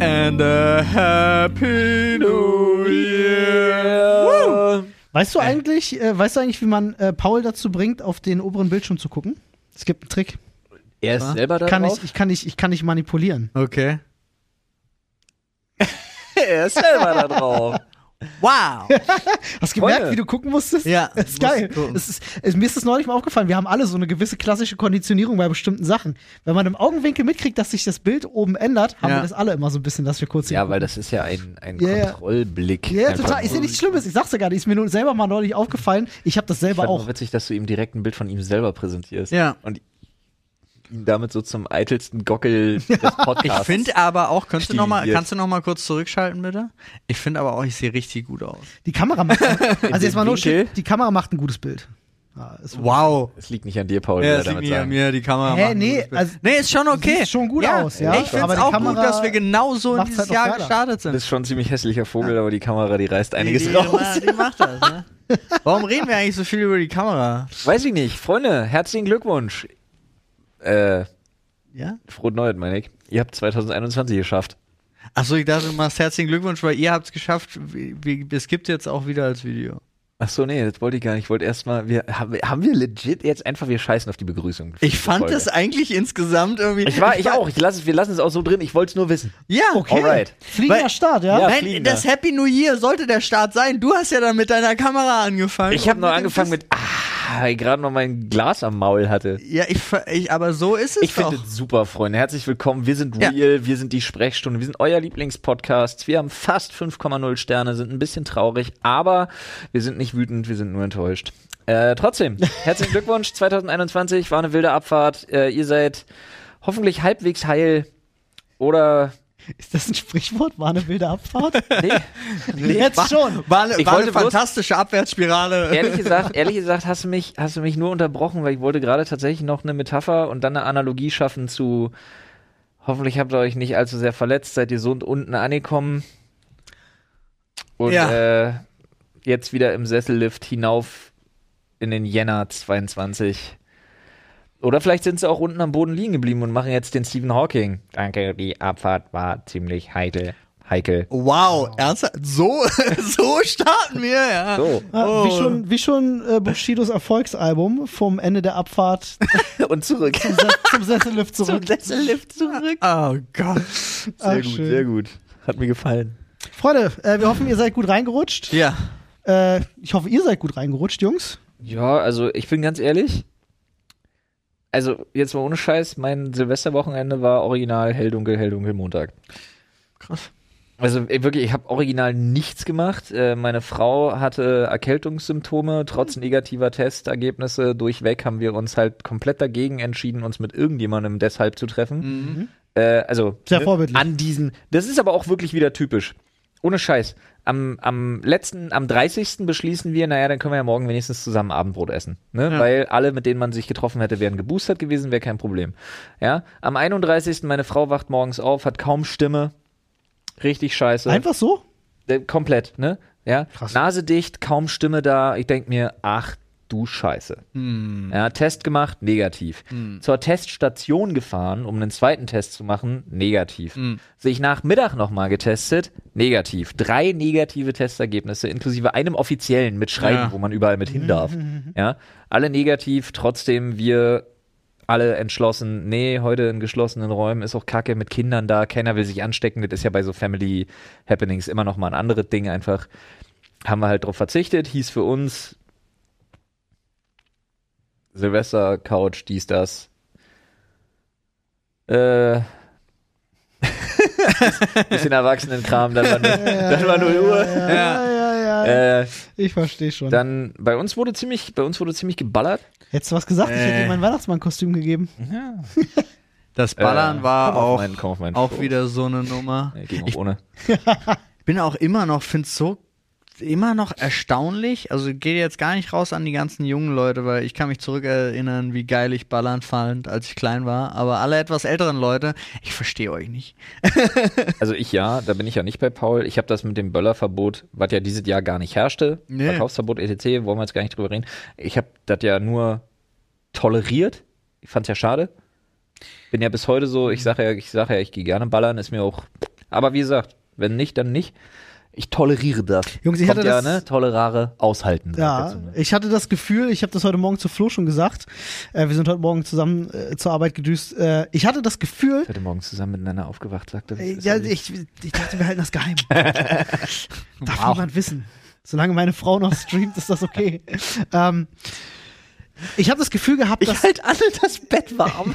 and a happy new year. Weißt du eigentlich, äh, weißt du eigentlich, wie man äh, Paul dazu bringt, auf den oberen Bildschirm zu gucken? Es gibt einen Trick. Er ist selber da Kann drauf. ich, ich kann nicht, ich kann nicht manipulieren. Okay. er ist selber da drauf. Wow. Hast du gemerkt, Freunde. wie du gucken musstest? Ja, Das ist muss geil. gucken. Es ist, es, mir ist das neulich mal aufgefallen. Wir haben alle so eine gewisse klassische Konditionierung bei bestimmten Sachen. Wenn man im Augenwinkel mitkriegt, dass sich das Bild oben ändert, haben Ja. wir das alle immer so ein bisschen, dass wir kurz Ja, hingucken. weil das ist ja ein, ein Ja, ja. Kontrollblick. Ja, ja, Einfach total. Ist ja nur. nichts Schlimmes. Ich sag's ja gar nicht. Ist mir nur selber mal neulich aufgefallen. Ich habe das selber fand auch. auch witzig, dass du ihm direkt ein Bild von ihm selber präsentierst. Ja. Und ihn damit so zum eitelsten Gockel des Ich Podcasts. finde aber auch, kannst du, noch mal, Stilisiert. kannst du noch mal kurz zurückschalten, bitte? Ich finde aber auch, ich sehe richtig gut aus. Die Kamera macht. also jetzt mal nur Winkel? shit, Die Kamera macht ein gutes Bild. Ah, Ja, ist Wow. es liegt nicht an dir, Paul, Ja, ja, es liegt damit nicht an sagen. mir, die Kamera. Hä, macht ein nee, gutes Bild. also- nee, ist schon okay. Sieht schon gut aus, ja. Ich finde Aber es die auch gut, Kamera dass wir genau so in macht's dieses halt noch Jahr geiler. gestartet Du sind. bist schon ein ziemlich hässlicher Vogel, aber die Kamera, die reißt einiges die, raus. Die, die macht das, ne? Warum reden wir eigentlich so viel über die Kamera? Weiß ich nicht. Freunde, herzlichen Glückwunsch. Äh, Ja? frohe Neuheit, meine ich. Ihr habt 2021 geschafft. Achso, ich dachte, du machst herzlichen Glückwunsch, weil ihr habt es geschafft. Wie- wie- Es gibt jetzt auch wieder als Video. Ach so, nee, das wollte ich gar nicht. Ich wollte erstmal, wir, haben, haben wir legit jetzt einfach, wir scheißen auf die Begrüßung. Ich fand Folge. das eigentlich insgesamt irgendwie. Ich war, ich auch. Ich lass, es- wir lassen es auch so drin. Ich wollte es nur wissen. Ja, okay. Alright. Fliegender Weil- Start, ja. Ja. Nein, fliegender. das Happy New Year sollte der Start sein. Du hast ja dann mit deiner Kamera angefangen. Ich habe Und noch dem angefangen mit, ah, weil ich gerade noch mein Glas am Maul hatte. Biss- Ja, ich, ver- ich, aber so ist es Ich doch. finde es super, Freunde. Herzlich willkommen. Wir sind Ja. real. Wir sind die Sprechstunde. Wir sind euer Lieblingspodcast. Wir haben fast 5,0 Sterne, sind ein bisschen traurig, aber wir sind nicht wütend. Wir sind nur enttäuscht. Äh, trotzdem, herzlichen Glückwunsch 2021. War eine wilde Abfahrt. Äh, ihr seid hoffentlich halbwegs heil oder Ist das ein Sprichwort? War eine wilde Abfahrt? nee. Jetzt schon. War, eine- Ich war eine wollte bloß- fantastische Abwärtsspirale. ehrlich gesagt, ehrlich gesagt, hast du mich, hast du mich nur unterbrochen, weil ich wollte gerade tatsächlich noch eine Metapher und dann eine Analogie schaffen zu. Hoffentlich habt ihr euch nicht allzu sehr verletzt, seid ihr so und unten angekommen und Ja. äh, jetzt wieder im Sessellift hinauf in den Jänner 22. Oder vielleicht sind sie auch unten am Boden liegen geblieben und machen jetzt den Stephen Hawking. Danke, die Abfahrt war ziemlich heikel. Heikel. Wow, ernsthaft? So, so starten wir, ja. So. Ja, Wie schon, wie schon äh, Bushidos Erfolgsalbum vom Ende der Abfahrt Und zurück. Se- zum Sessellift zurück. Sessellift zurück. Oh Gott. Ach, Sehr gut, schön. sehr gut. Hat mir gefallen. Freunde, äh, wir hoffen, ihr seid gut reingerutscht. Ja. Äh, ich hoffe, ihr seid gut reingerutscht, Jungs. Ja, also ich bin ganz ehrlich. Also jetzt mal ohne Scheiß, mein Silvesterwochenende war original hell dunkel, hell dunkel Montag. Krass. Also ey, wirklich, ich habe original nichts gemacht. Äh, meine Frau hatte Erkältungssymptome, trotz negativer Testergebnisse. Durchweg haben wir uns halt komplett dagegen entschieden, uns mit irgendjemandem deshalb zu treffen. Äh, also Sehr ne, vorbildlich. an diesen. Das ist aber auch wirklich wieder typisch. Ohne Scheiß. Am, am letzten, am 30. beschließen wir, naja, dann können wir ja morgen wenigstens zusammen Abendbrot essen. Ne? Weil alle, mit denen man sich getroffen hätte, wären geboostert gewesen, wäre kein Problem. Ja? Am 31. meine Frau wacht morgens auf, hat kaum Stimme. Richtig scheiße. Einfach so? Äh, komplett, ne? Ja. Nase dicht, kaum Stimme da. Ich denk mir, ach du Scheiße. Ja, Test gemacht, negativ. Zur Teststation gefahren, um einen zweiten Test zu machen, negativ. Sich nach Mittag nochmal getestet, negativ. Drei negative Testergebnisse, inklusive einem offiziellen mit Schreiben, Ja. wo man überall mit hin darf. Ja, alle negativ, trotzdem wir alle entschlossen, nee, heute in geschlossenen Räumen ist auch Kacke mit Kindern da, keiner will sich anstecken, das ist ja bei so Family Happenings immer noch mal ein anderes Ding einfach. Haben wir halt drauf verzichtet, hieß für uns Silvester, Couch, dies, das. Äh. bisschen Erwachsenenkram, dann war nur, dann war nur Ruhe. Ja, ja, ja. Äh, ich verstehe schon. dann bei uns wurde ziemlich, bei uns wurde ziemlich geballert. Hättest du was gesagt? Ich hätte Äh. dir mein Weihnachtsmannkostüm gegeben. Das Ballern war Äh, Komm auf auch, meinen- komm auf meinen auch Schoß. wieder so eine Nummer. Nee, ging auch ohne. bin auch immer noch, finde es so immer noch erstaunlich. Also gehe jetzt gar nicht raus an die ganzen jungen Leute, weil ich kann mich zurückerinnern, wie geil ich ballern fand, als ich klein war. Aber alle etwas älteren Leute, ich verstehe euch nicht. Also ich ja, da bin ich ja nicht bei Paul. Ich habe das mit dem Böllerverbot, was ja dieses Jahr gar nicht herrschte, Nee. Verkaufsverbot etc., wollen wir jetzt gar nicht drüber reden. Ich habe das ja nur toleriert. Ich fand's ja schade. Bin ja bis heute so, ich sage ja, ich sage ja, ich gehe gerne ballern, ist mir auch Aber wie gesagt, wenn nicht, dann nicht. Ich toleriere das. Jungs, ich Kommt hatte ja, das- ne? Tolerare aushalten. sagt dazu, Ja, ne? ich hatte das Gefühl, ich habe das heute Morgen zu Flo schon gesagt. Äh, wir sind heute Morgen zusammen äh, zur Arbeit gedüst. Äh, ich hatte das Gefühl, Ich hatte morgen zusammen miteinander aufgewacht, sagte äh, ja, ich, ich dachte, wir halten das geheim. Darf niemand wissen. Solange meine Frau noch streamt, ist das okay. ähm, ich habe das Gefühl gehabt, dass, halte halt alle das Bett warm.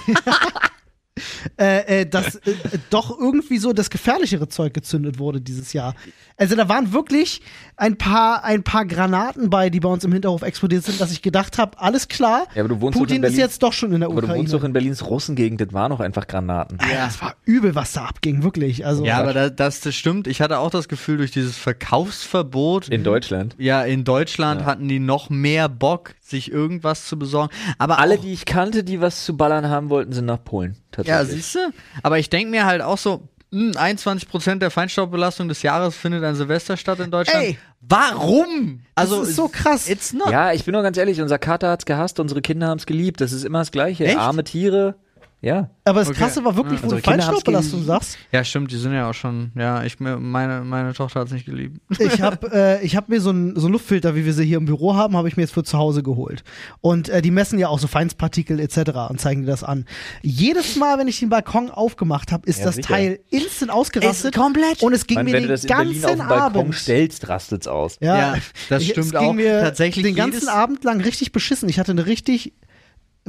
äh, äh, dass äh, doch irgendwie so das gefährlichere Zeug gezündet wurde dieses Jahr. Also da waren wirklich ein paar, ein paar Granaten bei, die bei uns im Hinterhof explodiert sind, dass ich gedacht habe, alles klar, Ja, aber du wohnst doch in Putin ist Berlin. jetzt doch schon in der Aber du Ukraine. Mhm. wohnst doch in Berlins Russengegend, das waren auch einfach Granaten. Alter, Das war übel, was da abging, wirklich. Also, Ja, aber da, das, das stimmt. Ich hatte auch das Gefühl, durch dieses Verkaufsverbot In Deutschland. Ja, in Deutschland hatten die noch mehr Bock, sich irgendwas zu besorgen. Aber Alle, Oh. auch, die ich kannte, die was zu ballern haben wollten, sind nach Polen. Ja, Tatsächlich. siehst du? Aber ich denke mir halt auch so, mh, 21% der Feinstaubbelastung des Jahres findet an Silvester statt in Deutschland. Ey! Warum? Also, ist so krass. It's not. ja, ich bin nur ganz ehrlich, unser Kater hat's gehasst, unsere Kinder haben's geliebt. Das ist immer das Gleiche. Echt? Arme Tiere. Ja. aber Okay. das Also, Krasse war wirklich, wo Unsere du Kinder haben's Feinstaubbelastung geliebt. sagst. Ja, stimmt, die sind ja auch schon. Ja, ich, meine, meine Tochter hat es nicht geliebt. Ich habe äh, ich hab mir so einen so einen Luftfilter, wie wir sie hier im Büro haben, habe ich mir jetzt für zu Hause geholt. Und äh, die messen ja auch so Feinstpartikel etc. und zeigen dir das an. Jedes Mal, wenn ich den Balkon aufgemacht habe, ist Ja, das sicher. Teil instant ausgerastet. Ist komplett. Und es ging Ich meine, mir wenn den du das in ganzen Berlin auf den Balkon Abend. stellst, rastet's aus. Ja, Ja, das ich, stimmt es ging auch. Mir Tatsächlich den ganzen jedes- Abend lang richtig beschissen. Ich hatte eine richtig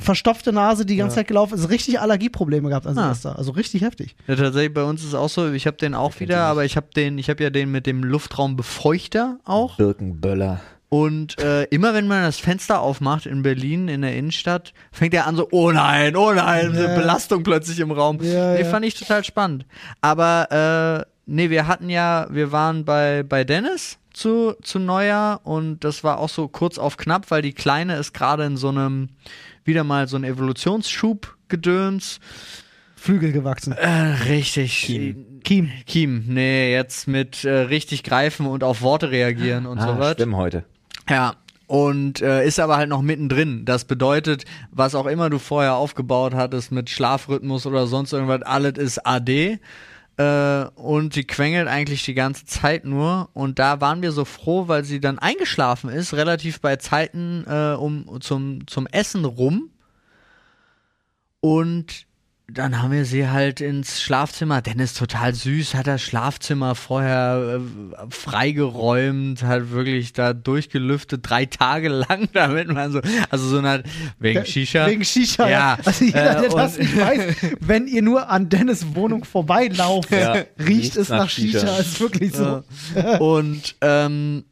verstopfte Nase die ganze Zeit gelaufen, also richtig Allergieprobleme gehabt an Ah. Silvester. Also richtig heftig. Ja, tatsächlich, bei uns ist es auch so, ich habe den auch wieder, aber ich habe den, ich habe ja den mit dem Luftraumbefeuchter auch. Birkenböller. Und äh, immer wenn man das Fenster aufmacht in Berlin, in der Innenstadt, fängt er an so, oh nein, oh nein, Ja. eine Belastung plötzlich im Raum. Ja, nee, ja. fand ich total spannend. Aber äh, nee, wir hatten ja, wir waren bei, bei Dennis zu, zu Neujahr und das war auch so kurz auf knapp, weil die Kleine ist gerade in so einem, wieder mal so ein Evolutionsschub gedöns. Flügel gewachsen. richtig. Kiem. Kiem. Kiem. Nee, jetzt mit äh, richtig greifen und auf Worte reagieren und so Ah, was. stimmt heute. Ja. Und äh, ist aber halt noch mittendrin. Das bedeutet, was auch immer du vorher aufgebaut hattest mit Schlafrhythmus oder sonst irgendwas, alles ist AD. Äh, und sie quengelt eigentlich die ganze Zeit nur. Und da waren wir so froh, weil sie dann eingeschlafen ist, relativ bei Zeiten äh, um, zum, zum Essen rum. Und dann haben wir sie halt ins Schlafzimmer. Dennis total süß, hat das Schlafzimmer vorher äh, freigeräumt, hat wirklich da durchgelüftet, drei Tage lang, damit man so, also so eine, wegen Shisha. Wegen Shisha. Ja. Also jeder, Äh, der das und- nicht weiß, wenn ihr nur an Dennis Wohnung vorbeilauft, Ja, riecht riecht's es nach nach Shisha. Shisha. Ist wirklich so. Äh, und ähm,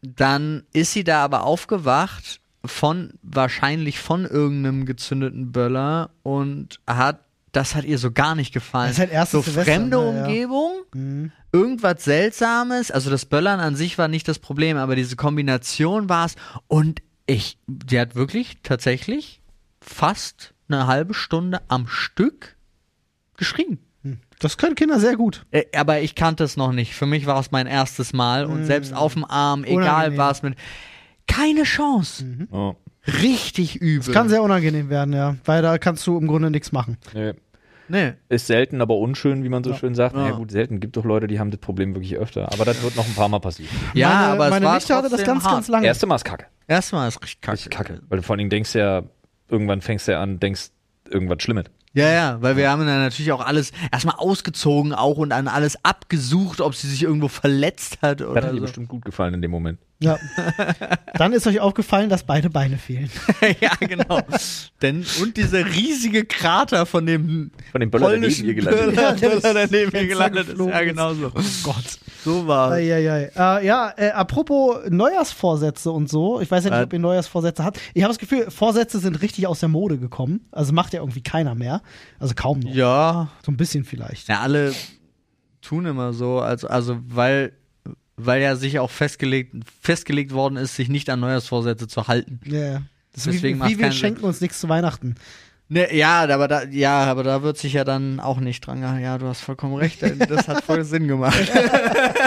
dann ist sie da aber aufgewacht von wahrscheinlich von irgendeinem gezündeten Böller und hat das hat ihr so gar nicht gefallen. Das ist halt erstes so Silvester, fremde ne, ja. Mhm. Umgebung, irgendwas Seltsames. Also das Böllern an sich war nicht das Problem, aber diese Kombination war es. Und ich, die hat wirklich tatsächlich fast eine halbe Stunde am Stück geschrien. Das können Kinder sehr gut. Äh, Aber ich kannte es noch nicht. Für mich war es mein erstes Mal und selbst auf dem Arm, egal Mm. Unangenehm. Mhm. was mit. Keine Chance. Oh. Richtig übel. Kann sehr unangenehm werden, ja. Weil da kannst du im Grunde nichts machen. Nee. nee. Ist selten, aber unschön, wie man so schön sagt. Ja. Ja. gut, selten. Gibt doch Leute, die haben das Problem wirklich öfter. Aber das wird noch ein paar Mal passieren. Ja, meine, aber es meine war Nichte hatte das trotzdem ganz, hart. ganz lange. Erste Mal ist kacke. Erstmal ist richtig kacke. Richtig kacke. Weil du vor allen Dingen denkst ja, irgendwann fängst du ja an, denkst irgendwas Schlimmes. Ja, ja, weil wir haben dann natürlich auch alles erstmal ausgezogen auch und an alles abgesucht, ob sie sich irgendwo verletzt hat Das hat oder Also. dir so. bestimmt gut gefallen in dem Moment. Ja. Dann ist euch aufgefallen, dass beide Beine fehlen. ja, genau. Denn und dieser riesige Krater von dem Von dem Böller, der neben polnischen ihr gelandet ist. Böller, Ja, der Böller, der ist neben ihr ins gelandet ist. Fenster Ja, genau geflogen so. Oh Gott. So war es. Eieiei. Äh, ja, äh, apropos Neujahrsvorsätze und so. Ich weiß ja nicht, Äh. ob ihr Neujahrsvorsätze habt. Ich habe das Gefühl, Vorsätze sind richtig aus der Mode gekommen. Also macht ja irgendwie keiner mehr. Also kaum noch. Ja, So ein bisschen vielleicht. Ja, alle tun immer so, also, also weil, weil ja sich auch festgelegt, festgelegt worden ist, sich nicht an Neujahrsvorsätze zu halten. Ja. ja. Das ist Deswegen wie, macht's wie wir keinen Sinn. schenken uns nichts zu Weihnachten. Ne, ja, aber da, ja, aber da wird sich ja dann auch nicht dran gehalten. Ja, du hast vollkommen recht, denn das hat voll Sinn gemacht.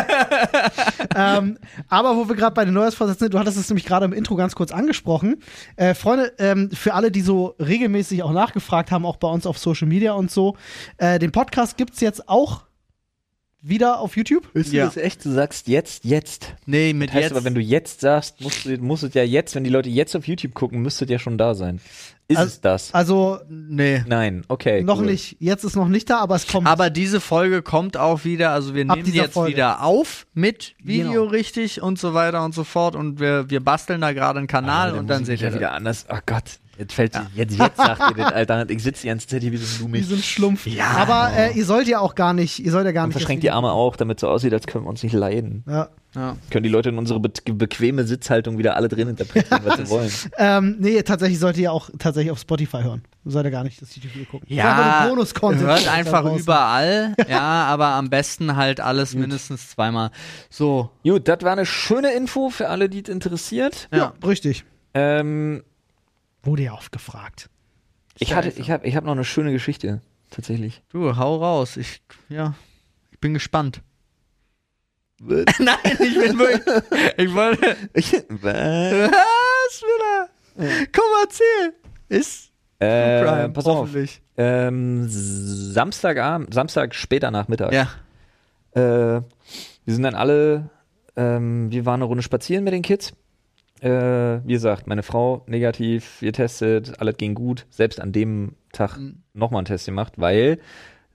ähm, aber wo wir gerade bei den Neujahrsvorsätzen sind, du hattest es nämlich gerade im Intro ganz kurz angesprochen. Äh, Freunde, ähm, für alle, die so regelmäßig auch nachgefragt haben, auch bei uns auf Social Media und so, äh, den Podcast gibt's jetzt auch wieder auf YouTube. Willst Ja. du das echt? Du sagst jetzt, jetzt. Nee, mit Heißt jetzt. aber, wenn du jetzt sagst, musst du, musst es ja jetzt, wenn die Leute jetzt auf YouTube gucken, müsste es ja schon da sein. Ist Also- es das? Also nee. Nein, okay. noch cool. nicht. Jetzt ist noch nicht da, aber es kommt. Aber diese Folge kommt auch wieder, also wir Ab nehmen dieser jetzt Folge. wieder auf mit Video Genau. richtig und so weiter und so fort und wir, wir basteln da gerade einen Kanal Also, und dann dann muss ich seht ja ihr wieder wieder. anders. Oh Gott, jetzt fällt jetzt, jetzt sagt ihr den Alter, ich sitze die ganze Zeit hier wie so ein wie Blumig so ein Schlumpf. Aber äh, ihr sollt ja auch gar nicht, ihr sollt ja gar und nicht. verschränkt die Arme auch, damit so aussieht, als können wir uns nicht leiden. Ja. Ja. Können die Leute in unsere be bequeme Sitzhaltung wieder alle drin interpretieren, was sie wollen. Ähm, nee, tatsächlich sollt ihr auch tatsächlich auf Spotify hören. Sollt ihr gar nicht das YouTube-Video gucken. Das ist einfach Ja, nur Bonus-Content hört da einfach draußen. überall. Ja, aber am besten halt alles mindestens zweimal. So, Gut, das war eine schöne Info für alle, die es interessiert. Ja, richtig. Ähm, Wurde ja oft gefragt. ich hatte, ich habe, ich habe noch eine schöne Geschichte tatsächlich. du, hau raus. Ich, ja, ich bin gespannt. Nein, ich bin wirklich. Ich wollte. Was will er? Komm, erzähl. Ist äh, Prime, pass auf. hoffentlich. Ähm, Samstagabend, Samstag später Nachmittag. Ja. Äh, wir sind dann alle, ähm, wir waren eine Runde spazieren mit den Kids. Äh, wie gesagt, meine Frau negativ, wir testet, alles ging gut. Selbst an dem Tag Mhm. nochmal einen Test gemacht, weil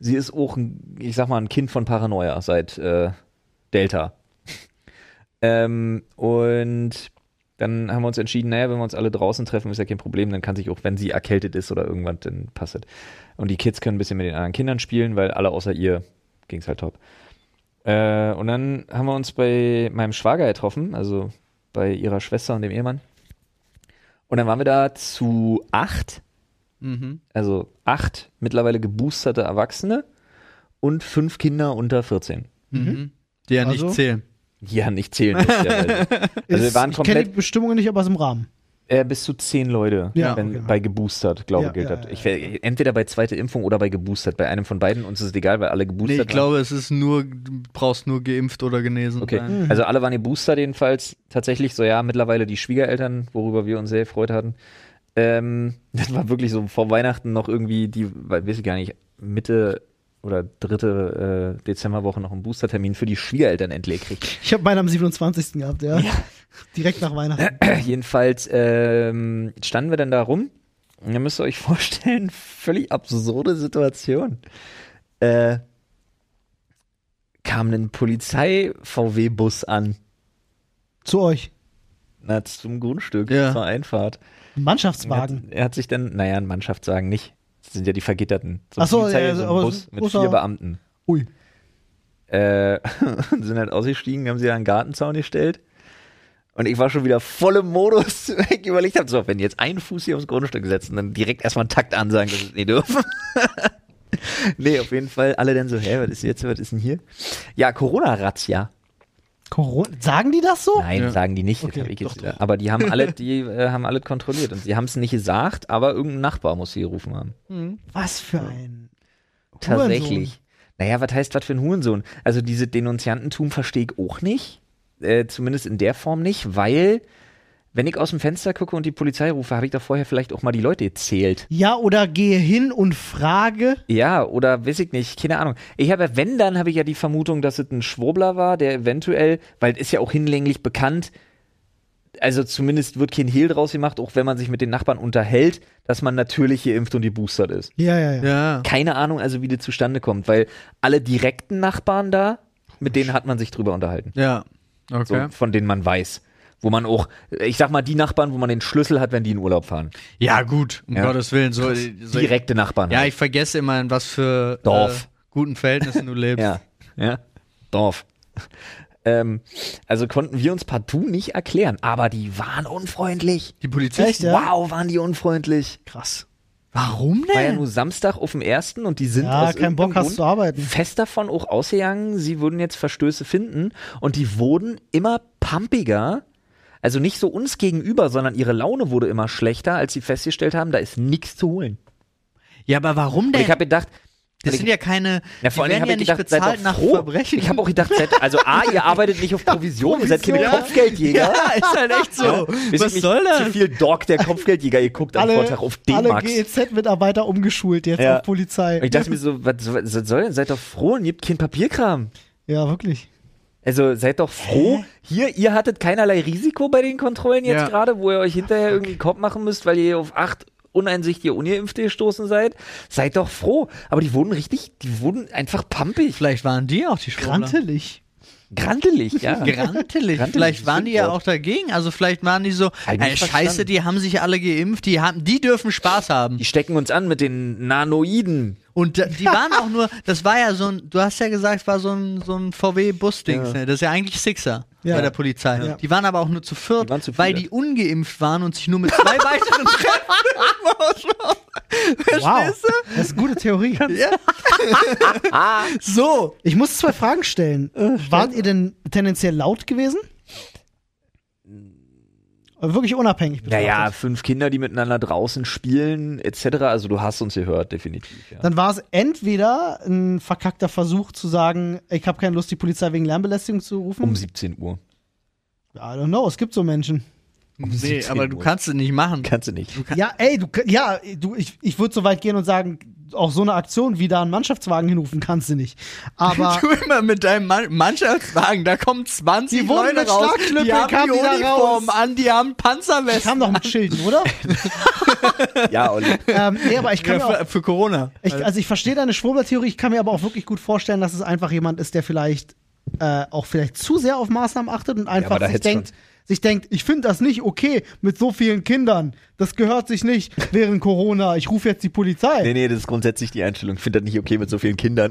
sie ist auch, ein, ich sag mal, ein Kind von Paranoia seit äh, Delta. ähm, und dann haben wir uns entschieden, naja, wenn wir uns alle draußen treffen, ist ja kein Problem, dann kann sich auch, wenn sie erkältet ist oder irgendwann, dann passt es. Und die Kids können ein bisschen mit den anderen Kindern spielen, weil alle außer ihr ging es halt top. Äh, und dann haben wir uns bei meinem Schwager getroffen, also bei ihrer Schwester und dem Ehemann. Und dann waren wir da zu acht, Mhm. also acht mittlerweile geboosterte Erwachsene und fünf Kinder unter 14. Mhm. Die ja Also? nicht zählen. Die ja nicht zählen. lustigerweise. also wir Ist- waren ich kenne die komplett Bestimmungen nicht, aber es ist im Rahmen. äh, bis zu zehn Leute Ja, wenn, okay. bei geboostert, glaube Ja, gilt ja, das. ja, Ich, wär- entweder bei zweiter Impfung oder bei geboostert. Bei einem von beiden uns ist es egal, weil alle Nee, geboostert ich glaube, es ist nur, du brauchst nur geimpft oder genesen. Okay, sein. also alle waren Booster jedenfalls. Tatsächlich, so ja, mittlerweile die Schwiegereltern, worüber wir uns sehr gefreut hatten. Ähm, das war wirklich so vor Weihnachten noch irgendwie die, weil, weiß ich gar nicht, Mitte oder dritte äh, Dezemberwoche noch einen Boostertermin für die Schwiegereltern endlich kriegt. Ich habe meine am 27. gehabt, ja. Direkt nach Weihnachten. jedenfalls ähm, standen wir dann da rum. Und ihr müsst euch vorstellen, völlig absurde Situation. Äh, kam ein Polizei-VW-Bus an. Zu euch. Na, zum Grundstück, Ja. zur Einfahrt. Mannschaftswagen. Er hat, er hat sich dann, naja, ein Mannschaftswagen nicht. Das sind ja die Vergitterten. Ach so, Polizei, ja, so ein aber Bus so ein mit großer- vier Beamten. Ui. Äh, und sind halt ausgestiegen, haben sie an den Gartenzaun gestellt. Und ich war schon wieder voll im Modus, weil ich überlegt habe, so, wenn die jetzt einen Fuß hier aufs Grundstück setzen, dann direkt erstmal einen Takt ansagen, dass sie es nicht dürfen. nee, auf jeden Fall. Alle dann so, hä, was ist jetzt, was ist denn hier? Ja, Corona-Razzia. Corona. Sagen die das so? Nein, Ja. sagen die nicht. Okay, das hab ich jetzt doch, wieder. Aber die haben alle, die äh, haben alle kontrolliert und sie haben es nicht gesagt, aber irgendein Nachbar muss sie gerufen haben. Was für ein. Tatsächlich. Naja, was heißt was für ein Hurensohn? Also diese Denunziantentum verstehe ich auch nicht. Äh, zumindest in der Form nicht, weil wenn ich aus dem Fenster gucke und die Polizei rufe, habe ich da vorher vielleicht auch mal die Leute gezählt. Ja, oder gehe hin und frage. Ja, oder weiß ich nicht, keine Ahnung. Ich habe, wenn, dann habe ich ja die Vermutung, dass es ein Schwurbler war, der eventuell, weil es ist ja auch hinlänglich bekannt, also zumindest wird kein Hehl draus gemacht, auch wenn man sich mit den Nachbarn unterhält, dass man natürlich geimpft und geboostert ist. Ja, ja, ja. Ja. Keine Ahnung also, wie das zustande kommt, weil alle direkten Nachbarn da, mit denen hat man sich drüber unterhalten. Ja. So, Okay. Von denen man weiß. Wo man auch, ich sag mal, die Nachbarn, wo man den Schlüssel hat, wenn die in Urlaub fahren. Ja, gut, um Ja. Gottes Willen. So, so, Direkte Nachbarn. Also Ja, halt. ich vergesse immer, in was für Dorf. Äh, guten Verhältnissen du lebst. Ja, ja. Dorf. Ähm, also konnten wir uns partout nicht erklären, aber die waren unfreundlich. Die Polizisten. Echt, ja? Wow, waren die unfreundlich. Krass. Warum War ja denn? nur Samstag auf dem ersten und die sind Ja, aus keinen irgendeinem Bock hast Grund zu arbeiten. fest davon auch ausgegangen, sie würden jetzt Verstöße finden und die wurden immer pumpiger. Also nicht so uns gegenüber, sondern ihre Laune wurde immer schlechter, als sie festgestellt haben, da ist nichts zu holen. Ja, aber warum Und denn? ich habe gedacht, das sind ja keine. ja, vor die werden allem habe ja ich nicht gedacht, seid bezahlt doch nach froh. Verbrechen. Ich habe auch gedacht, seid, also A, ihr arbeitet nicht auf Provision, ihr seid keine Provision, ja. Kopfgeldjäger. ist halt echt Ja, weiß ich Was nicht, soll Zu das? viel Dog, der Kopfgeldjäger, ihr guckt am Alle, Vortag auf alle D-Max. Und GEZ-Mitarbeiter umgeschult jetzt Ja. auf Polizei. Ich dachte mir so, was, was soll denn? Seid doch froh und gebt kein Papierkram. Ja, wirklich. Also seid doch froh. Hier, ihr hattet keinerlei Risiko bei den Kontrollen jetzt Ja. gerade, wo ihr euch hinterher irgendwie Kopf machen müsst, weil ihr auf acht uneinsichtige Ungeimpfte gestoßen seid. Seid doch froh. Aber die wurden richtig, die wurden einfach pampig. Vielleicht waren die auch die Schwurbler. Grantelig. Grantelig, ja. Grantelig. Grantelig, Vielleicht waren die ja Schimpfwort. auch dagegen. Also vielleicht waren die so, ich ey, nicht scheiße, verstanden. die haben sich alle geimpft, die, haben, die dürfen Spaß haben. Die stecken uns an mit den Nanoiden. Und da, die waren auch nur, das war ja so ein, du hast ja gesagt, war so ein, so ein VW-Bus-Dings, Ja. ne? das ist ja eigentlich Sixer Ja. bei der Polizei. Ja. Die waren aber auch nur zu viert, Die waren zu weil viert. die ungeimpft waren und sich nur mit zwei weiteren treffen. Wow. Das ist eine gute Theorie. Ah, so, Ich muss zwei Fragen stellen. Wart ihr denn tendenziell laut gewesen? Aber wirklich unabhängig betrachtet. Naja, fünf Kinder, die miteinander draußen spielen, etc. Also du hast uns gehört, definitiv. Ja. Dann war es entweder ein verkackter Versuch zu sagen, ich habe keine Lust, die Polizei wegen Lärmbelästigung zu rufen. Um 17 Uhr. I don't know, es gibt so Menschen. nee, 17 aber du Uhr. kannst es nicht machen. Kannst du nicht. Ja, ey, du, ja, du, ich, ich würde so weit gehen und sagen, auch so eine Aktion wie da einen Mannschaftswagen hinrufen kannst du nicht. Aber Du immer mit deinem Man- Mannschaftswagen, da kommen 20 Die wurden Leute mit raus, Schlagknüppeln, die haben kamen die die da Uniform raus. an, die haben ich kam Panzerwesten. doch mit Schilden, oder? Ja, Olli. ähm, nee, aber ich kann mir Ja, auch, für, für Corona. Ich, also ich verstehe deine Schwurbler-Theorie, ich kann mir aber auch wirklich gut vorstellen, dass es einfach jemand ist, der vielleicht äh, auch vielleicht zu sehr auf Maßnahmen achtet und einfach aber da sich, hätt's denkt, sich denkt, ich finde das nicht okay mit so vielen Kindern. Das gehört sich nicht während Corona. Ich rufe jetzt die Polizei. Nee, nee, das ist grundsätzlich die Einstellung. Ich finde das nicht okay mit so vielen Kindern.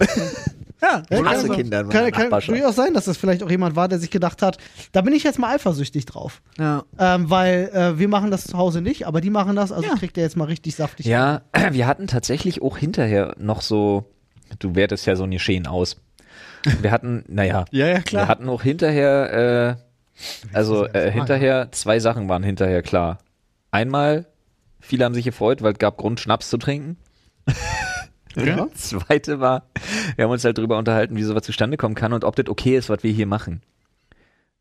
Ja, Ja, Oder kann so sein. Kinder in meiner kann, kann Nachbarschaft. durchaus sein, dass das vielleicht auch jemand war, der sich gedacht hat, da bin ich jetzt mal eifersüchtig drauf. ja. Ähm, weil äh, wir machen das zu Hause nicht, aber die machen das, also Ja. kriegt der jetzt mal richtig saftig. Ja, wir hatten tatsächlich auch hinterher noch so, du wertest ja so ein Geschehen aus. Wir hatten, naja, Ja, ja, wir hatten auch hinterher, äh, also das ja äh, sagen. hinterher, zwei Sachen waren hinterher klar. Einmal, viele haben sich gefreut, weil es gab Grund, Schnaps zu trinken. Ja. Das Zweite war, wir haben uns halt drüber unterhalten, wie sowas zustande kommen kann und ob das okay ist, was wir hier machen.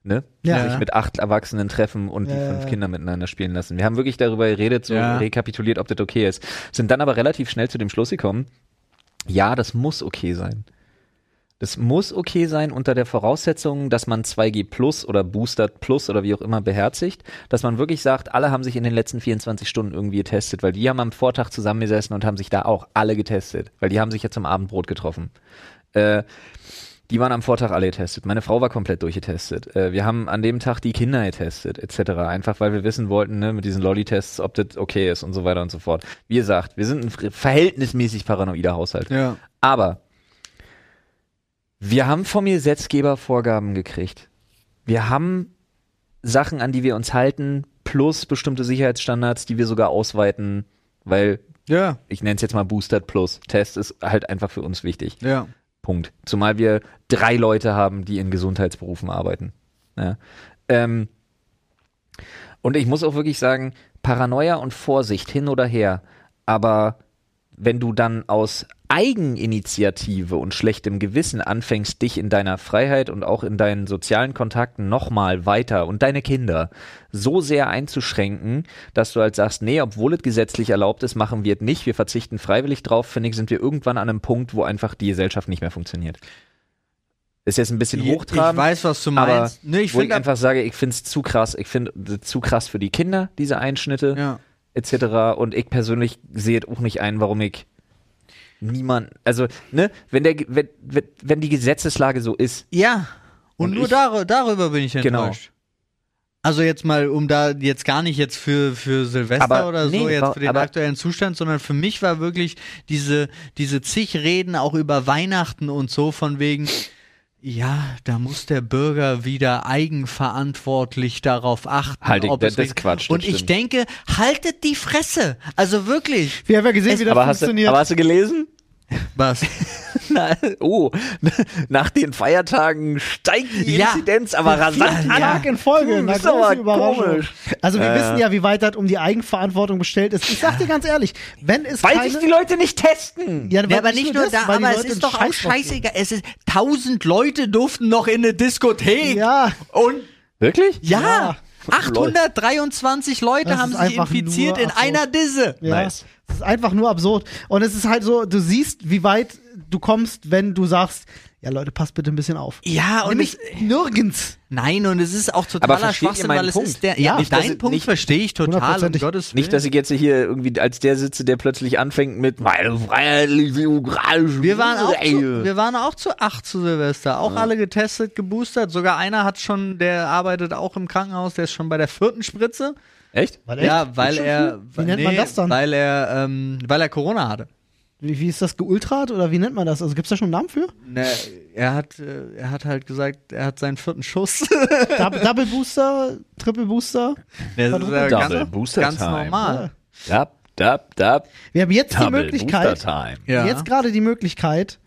Ne? Ja. Sich mit acht Erwachsenen treffen und die Ja, ja, fünf ja. Kinder miteinander spielen lassen. Wir haben wirklich darüber geredet, so Ja. rekapituliert, ob das okay ist. Sind dann aber relativ schnell zu dem Schluss gekommen, ja, das muss okay sein. Das muss okay sein unter der Voraussetzung, dass man 2G Plus oder Booster Plus oder wie auch immer beherzigt, dass man wirklich sagt, alle haben sich in den letzten 24 Stunden irgendwie getestet, weil die haben am Vortag zusammengesessen und haben sich da auch alle getestet, weil die haben sich ja zum Abendbrot getroffen. Äh, die waren am Vortag alle getestet. Meine Frau war komplett durchgetestet. Äh, wir haben an dem Tag die Kinder getestet, etc. Einfach weil wir wissen wollten, ne, mit diesen Lolli-Tests, ob das okay ist und so weiter und so fort. Wie gesagt, wir sind ein ver- verhältnismäßig paranoider Haushalt. Ja. Aber wir haben vom Gesetzgeber Vorgaben gekriegt. Wir haben Sachen, an die wir uns halten, plus bestimmte Sicherheitsstandards, die wir sogar ausweiten, weil Ja, ich nenne es jetzt mal Boosted Plus. Test ist halt einfach für uns wichtig. ja. Punkt. Zumal wir drei Leute haben, die in Gesundheitsberufen arbeiten. Ja. Ähm, und ich muss auch wirklich sagen, Paranoia und Vorsicht hin oder her, aber wenn du dann aus Eigeninitiative und schlechtem Gewissen anfängst, dich in deiner Freiheit und auch in deinen sozialen Kontakten nochmal weiter und deine Kinder so sehr einzuschränken, dass du halt sagst, nee, obwohl es gesetzlich erlaubt ist, machen wir es nicht, wir verzichten freiwillig drauf, finde ich, sind wir irgendwann an einem Punkt, wo einfach die Gesellschaft nicht mehr funktioniert. Ist jetzt ein bisschen hochtrabend. Ich weiß, was du Aber meinst. nee, ich wo ich finde einfach sage, ich finde es zu krass, ich finde zu krass für die Kinder, diese Einschnitte Ja. etc. Und ich persönlich sehe auch nicht ein, warum ich niemand, also ne, wenn der, wenn, wenn- wenn die Gesetzeslage so ist, Ja. Und, Und nur ich- dar darüber bin ich Genau. enttäuscht. Also jetzt mal, um da jetzt gar nicht jetzt für, für Silvester Aber oder so, nee, jetzt wa- für den aber- aktuellen Zustand, sondern für mich war wirklich diese, diese zig Reden auch über Weihnachten und so von wegen, ja, da muss der Bürger wieder eigenverantwortlich darauf achten. Halt, ich- es das ist richtig- Quatsch, das Und ich stimmt. denke, haltet die Fresse. Also wirklich. Wir haben ja gesehen, wie das aber hast, du, funktioniert. aber hast du gelesen? Was? Na, oh, nach den Feiertagen steigt die Ja. Inzidenz aber rasant Vierten an. Tag in Folge. Hm, Na, ist aber große Überraschung. komisch. Also wir wissen ja, wie weit das um die Eigenverantwortung bestellt ist. Ich sag dir ganz ehrlich, wenn es Weil keine, sich die Leute nicht testen. ja, Ja, weil aber nicht nur das, da, weil die aber es Leute ist doch einen auch Scheiß drauf scheißegal. Es ist, tausend Leute durften noch in eine Diskothek. geben. Ja, Und Wirklich? ja, Ja. 823 Leute Das haben ist sich einfach infiziert nur in absurd. einer Disse. ja. Nice. Es ist einfach nur absurd. Und es ist halt so, du siehst, wie weit du kommst, wenn du sagst, Ja, Leute, passt bitte ein bisschen auf. Ja, und Nämlich es, nirgends. nein, und es ist auch totaler versteht ihr Schwachsinn, meinen weil es Punkt? ist der. Ja, Ja, nicht, dass deinen es- Punkt nicht- verstehe ich total, um Hundertprozentig. Gottes Willen. Nicht, dass ich jetzt hier irgendwie als der sitze, der plötzlich anfängt mit meine freiheitlich wir waren, auch zu, wir waren auch zu acht zu Silvester, auch alle getestet, geboostert. Sogar einer hat schon, der arbeitet auch im Krankenhaus, der ist schon bei der vierten Spritze. Echt? Weil Ja, weil Schon er, viel? Wie nennt man das dann? weil er, ähm, weil er Corona hatte. Wie, wie ist das geultrat oder wie nennt man das? Also gibt es da schon einen Namen für? Ne, er hat, äh, er hat halt gesagt, er hat seinen vierten Schuss. Dub- Double Booster, Triple Booster. Das Double ja Double ganz, Booster ganz Time. normal. Dab, dab, dab. Wir haben jetzt die Double Möglichkeit, Booster Time. Ja. jetzt gerade die Möglichkeit,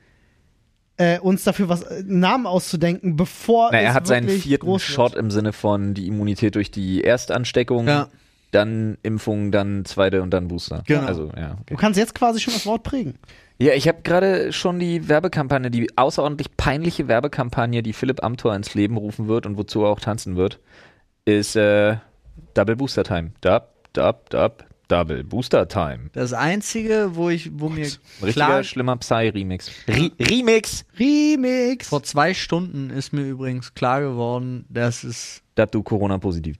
äh, uns dafür was äh, einen Namen auszudenken, bevor Na, er es hat seinen wirklich vierten groß Shot Wird. im Sinne von die Immunität durch die Erstansteckung, Ja. dann Impfung, dann zweite und dann Booster. Genau. Also, ja, okay. Du kannst jetzt quasi schon das Wort prägen. Ja, ich habe gerade schon die Werbekampagne, die außerordentlich peinliche Werbekampagne, die Philipp Amthor ins Leben rufen wird und wozu er auch tanzen wird, ist äh, Double Booster Time. Dab, dab, dab, Double Booster Time. Das einzige, wo ich, wo mir Ein richtiger klar schlimmer Psy-Remix. Re Remix, Remix. vor zwei Stunden ist mir übrigens klar geworden, dass es, dass du Corona-positiv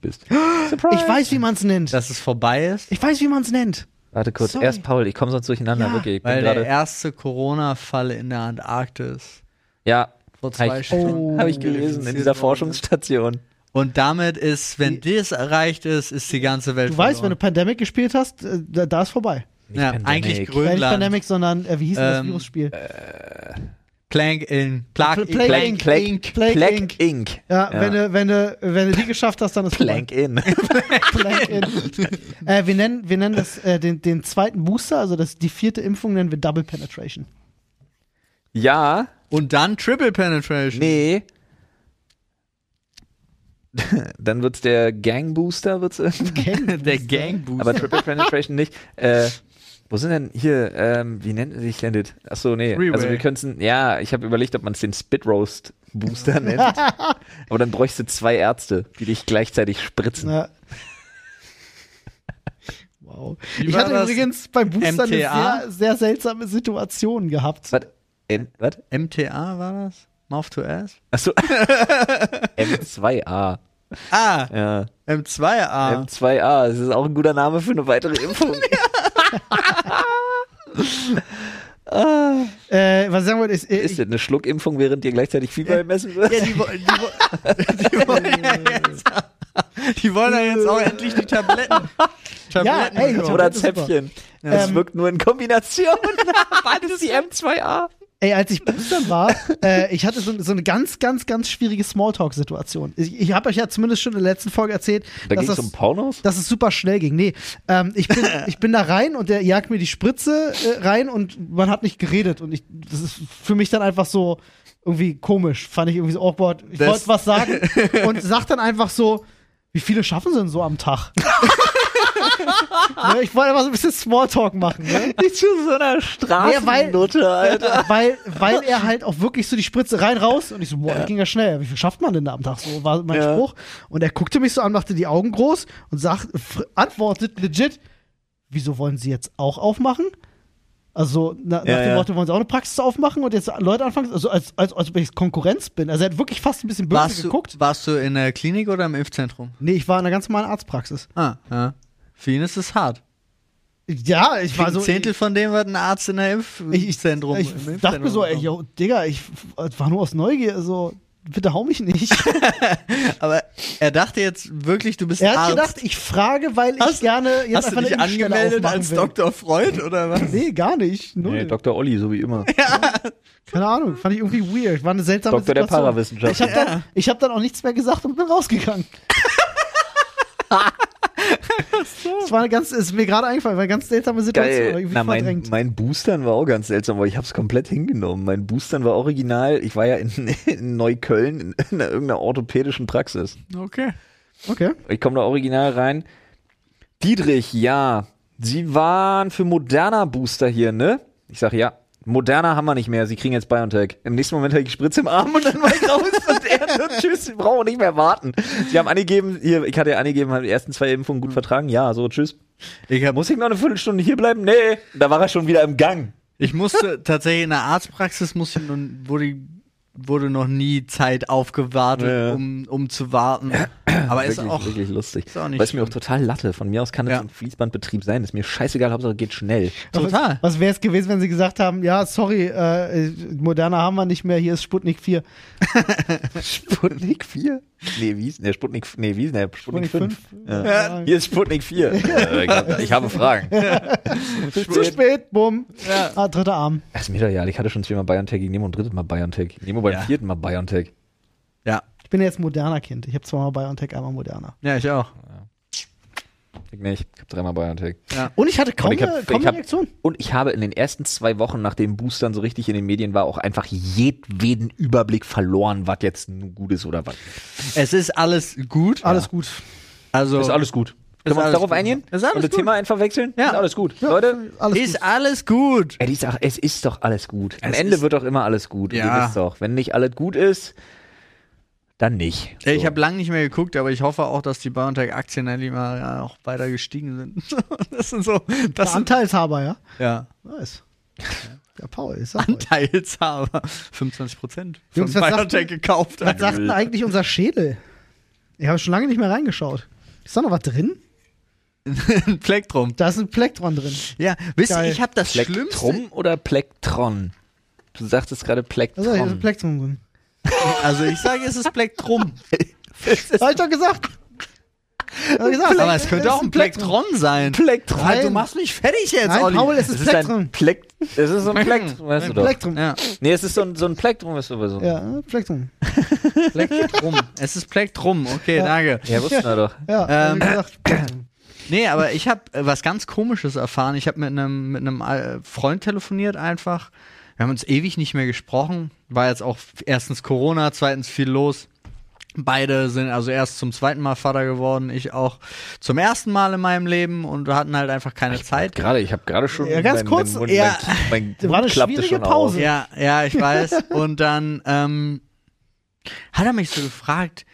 bist. Ich weiß, wie man es nennt. dass es vorbei ist, Ich weiß, wie man es nennt. Warte kurz, Sorry. erst Paul, ich komme sonst durcheinander, Ja, wirklich. Ich bin weil der gerade. erste Corona-Fall in der Antarktis Ja, vor zwei hab ich, Oh. Stunden hab ich gelesen in dieser identifiziert worden ist. Forschungsstation. Und damit ist, wenn das erreicht ist, ist die ganze Welt Du weißt, wenn du verloren. Pandemic gespielt hast, äh, da, da ist vorbei. ja, Pandemic. eigentlich Nein, nicht Grönland. Pandemic, sondern äh, wie hieß denn das Ähm, Virusspiel? Plank in Plag Plague Plank, Inc. Plank, Plank Plank Inc. Inc. ja, Wenn, du, wenn, du, wenn du die geschafft hast, dann ist Plank in. vorbei. Plank in. äh, wir nennen, wir nennen das, äh, den, den zweiten Booster, also das, die vierte Impfung nennen wir Double Penetration. ja, und dann Triple Penetration. nee. Dann wird's der Gang Booster, wird's irgendwie. Der Gangboost. Aber Triple Penetration nicht. Äh, wo sind denn hier, ähm, wie nennt sich denn das? Achso, nee. Freeway. Also wir könnten, ja, ich habe überlegt, ob man es den Spit Roast Booster nennt. Aber dann bräuchst du zwei Ärzte, die dich gleichzeitig spritzen. Ja. Wow. Wie ich war hatte das? übrigens beim MTA? Booster eine sehr, sehr seltsame Situation gehabt. Was? N- Was? MTA war das? Mouth to Ass? Achso. M2A. Ah, Ja. M2A. M2A. Das ist auch ein guter Name für eine weitere Impfung. Äh, was ich sagen wollte, ist, äh, Ist das eine Schluckimpfung, während dir gleichzeitig Fieber messen wird? Ja, die, wo- die, wo- die wollen ja jetzt, die wollen ja jetzt auch endlich die Tabletten. Tabletten ey, bekommen. Oder das ist super. Zäpfchen. Das Ähm, wirkt nur in Kombination. Beides die M2A. Ey, als ich boostern war, äh, ich hatte so, so eine ganz, ganz, ganz schwierige Smalltalk-Situation. Ich, ich habe euch ja zumindest schon in der letzten Folge erzählt, Da dass, ging es das, um Pornos? dass es super schnell ging. Nee, ähm, ich, bin, ich bin da rein und der jagt mir die Spritze äh, rein und man hat nicht geredet. Und ich, das ist für mich dann einfach so irgendwie komisch. Fand ich irgendwie so awkward. Ich Das- wollte was sagen und sag dann einfach so, wie viele schaffen sie denn so am Tag? ne, ich wollte einfach so ein bisschen Smalltalk machen. Ne? Nicht zu so einer Straßennutte, Alter. weil, weil er halt auch wirklich so die Spritze rein, raus und ich so, boah, das ging ja schnell. Wie viel schafft man denn da am Tag? So war mein Ja. Spruch. Und er guckte mich so an, machte die Augen groß und sagt, fr- antwortet legit, wieso wollen sie jetzt auch aufmachen? Also na, nach Ja, dem ja. Motto, wollen sie auch eine Praxis aufmachen und jetzt Leute anfangen, also als, als, als ob ich Konkurrenz bin. Also er hat wirklich fast ein bisschen böse warst, du, geguckt. warst du in der Klinik oder im Impfzentrum? Nee, ich war in einer ganz normalen Arztpraxis. Ah, ja. Für ihn ist es hart. Ja, Also ich war ein so. Zehntel von dem, was ein Arzt in der Impf Ich- Impfzentrum Ich im Impfzentrum dachte mir so, ey, bekommt. yo, Digga, ich f- war nur aus Neugier, so, bitte hau mich nicht. Aber er dachte jetzt wirklich, du bist Er hat Arzt. gedacht, ich frage, weil ich Hast- gerne jetzt Hast du einfach dich eine Impfstelle angemeldet aufmachen als will. Dr. Freud oder was? Nee, gar nicht. Null. Nee, Dr. Olli, so wie immer. Keine Ahnung, fand ich irgendwie weird. War eine seltsame Doktor der Situation. Ich Parawissenschaft. habe dann, ich hab dann auch nichts mehr gesagt und bin rausgegangen. Es war eine ganz, ist mir gerade eingefallen, war eine ganz seltsame Situation, aber Geil. irgendwie Na, mein, verdrängt. mein Boostern war auch ganz seltsam, weil ich hab's komplett hingenommen. Mein Boostern war original. Ich war ja in, in Neukölln in, in irgendeiner orthopädischen Praxis. Okay. okay. Ich komme da original rein. Dietrich, ja. Sie waren für Moderna Booster hier, ne? Ich sage ja. Moderna haben wir nicht mehr, sie kriegen jetzt BioNTech. Im nächsten Moment hatte ich die Spritze im Arm und dann war ich raus und er nur, tschüss, sie brauchen nicht mehr warten. Sie haben angegeben, hier, ich hatte ja angegeben, haben die ersten zwei Impfungen gut vertragen, ja, so, tschüss. Hm. Ich, hab, Muss ich noch eine Viertelstunde hier bleiben? Nee, da war er schon wieder im Gang. ich musste tatsächlich in der Arztpraxis, musste, ich nun- wurde ich wurde noch nie Zeit aufgewartet, Ja, ja. um, um zu warten. Aber ist wirklich, auch. wirklich lustig. ist auch nicht Weil es mir auch schlimm. total latte. Von mir aus kann das Ja. ein Fließbandbetrieb sein. Ist mir scheißegal, Hauptsache geht schnell. Total. Also, Was wäre es gewesen, wenn sie gesagt haben, ja, sorry, äh, Moderna haben wir nicht mehr, hier ist Sputnik 4. Sputnik 4? Nee, wie ist denn der Sputnik? Nee, wie ist denn der Sputnik, Sputnik 5? Ja. Hier ist Sputnik 4. Äh, ich- ich habe Fragen. Zu spät, bumm. Ah, dritter Arm. Ach, Ist mir doch egal, ich hatte schon viermal BioNTech, ich nehme beim dritten Mal BioNTech, ich nehme beim Ja. vierten Mal BioNTech. Ja. Ich bin ja jetzt moderner Kind. Ich habe zweimal BioNTech, einmal Moderna. Ja, ich auch. Ich nicht, ich habe dreimal BioNTech. Und ich hatte kaum, Und ich hab- eine- kaum ich hab- eine Reaktion. Und ich habe in den ersten zwei Wochen, nachdem Boostern so richtig in den Medien war, auch einfach jedweden Überblick verloren, was jetzt nun gut ist oder was. Es ist alles gut. Alles gut. Also Ist alles gut. Können wir uns alles darauf gut. eingehen? Ist alles Und das gut. Thema einfach wechseln? Ja. Ist alles gut. Leute, Alles ist gut. alles gut. Eddie sagt, es ist doch alles gut. Am Es Ende ist- wird doch immer alles gut. Und Ja. Ihr wisst doch, wenn nicht alles gut ist, dann nicht. Ey, Ich So. habe lange nicht mehr geguckt, aber ich hoffe auch, dass die BioNTech-Aktien endlich mal ja, auch weiter gestiegen sind. das sind so, das Der sind, Anteilshaber, ja? ja, Nice. Der Paul ist das. Was Anteilshaber. 25 Prozent von Jungs, was sagt BioNTech gekauft. sagt denn eigentlich unser Schädel? Ich habe schon lange nicht mehr reingeschaut. Ist da noch was drin? Ein Plektrum. Da ist ein Plektron drin. Ja, wisst ihr, Geil. ich habe das Schlimmste. Plektrum oder Plektron? Du sagtest gerade Also, hier ist ein Plektron. Plektron drin. Also ich sage, es ist Plektrum. Hab ich doch gesagt. Hab ich gesagt. aber es könnte ist auch ein Plektron sein. Plektron. Ah, du Nein. machst mich fertig jetzt, Nein, Olli. Paul, es Es ist ist ein Plektron. Plekt. Es ist so ein Plektrum, weißt du doch. Plektrum. ja, Nee, es ist so ein, so ein Plektrum, ist sowieso. Ja, Ja, Plektrum. Plektrum. es ist Plektrum. Okay, danke. ja wussten wir doch. Ja, Ähm. ähm. gesagt, Plektrum. Nee, aber ich habe äh, was ganz Komisches erfahren. Ich habe mit einem mit einem äh, Freund telefoniert einfach. Wir haben uns ewig nicht mehr gesprochen. War jetzt auch erstens Corona, zweitens viel los. Beide sind also erst zum zweiten Mal Vater geworden, ich auch zum ersten Mal in meinem Leben und wir hatten halt einfach keine Zeit. Gerade, ich habe gerade schon. Ja, ganz mein- kurz, Mein, Mund- ja. mein, mein War eine Mund klappte schwierige schon auf. Pause. Ja, ja, ich weiß. Und dann ähm, hat er mich so gefragt,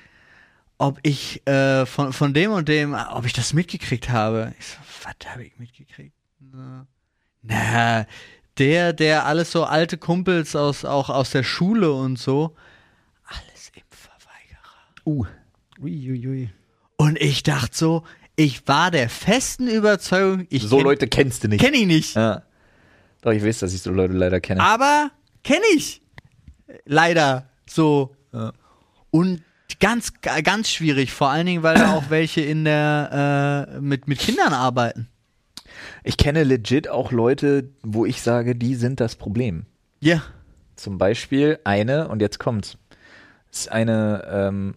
ob ich äh, von, von dem und dem, äh, ob ich das mitgekriegt habe. Ich so, was habe ich mitgekriegt? So, Na, der, der alles so alte Kumpels aus, auch aus der Schule und so, alles Impfverweigerer. Uh, Uiuiui. Und ich dachte so, ich war der festen Überzeugung, ich so kenn- Leute kennst du nicht. kenn ihn nicht. ja. Doch, ich weiß, dass ich so Leute leider kenne. Aber kenne ich. Leider. So. Und ganz, ganz schwierig, vor allen Dingen, weil da auch welche in der äh, mit, mit Kindern arbeiten. Ich kenne legit auch Leute, wo ich sage, die sind das Problem. Ja. Zum Beispiel eine, und jetzt kommt's, ist eine ähm,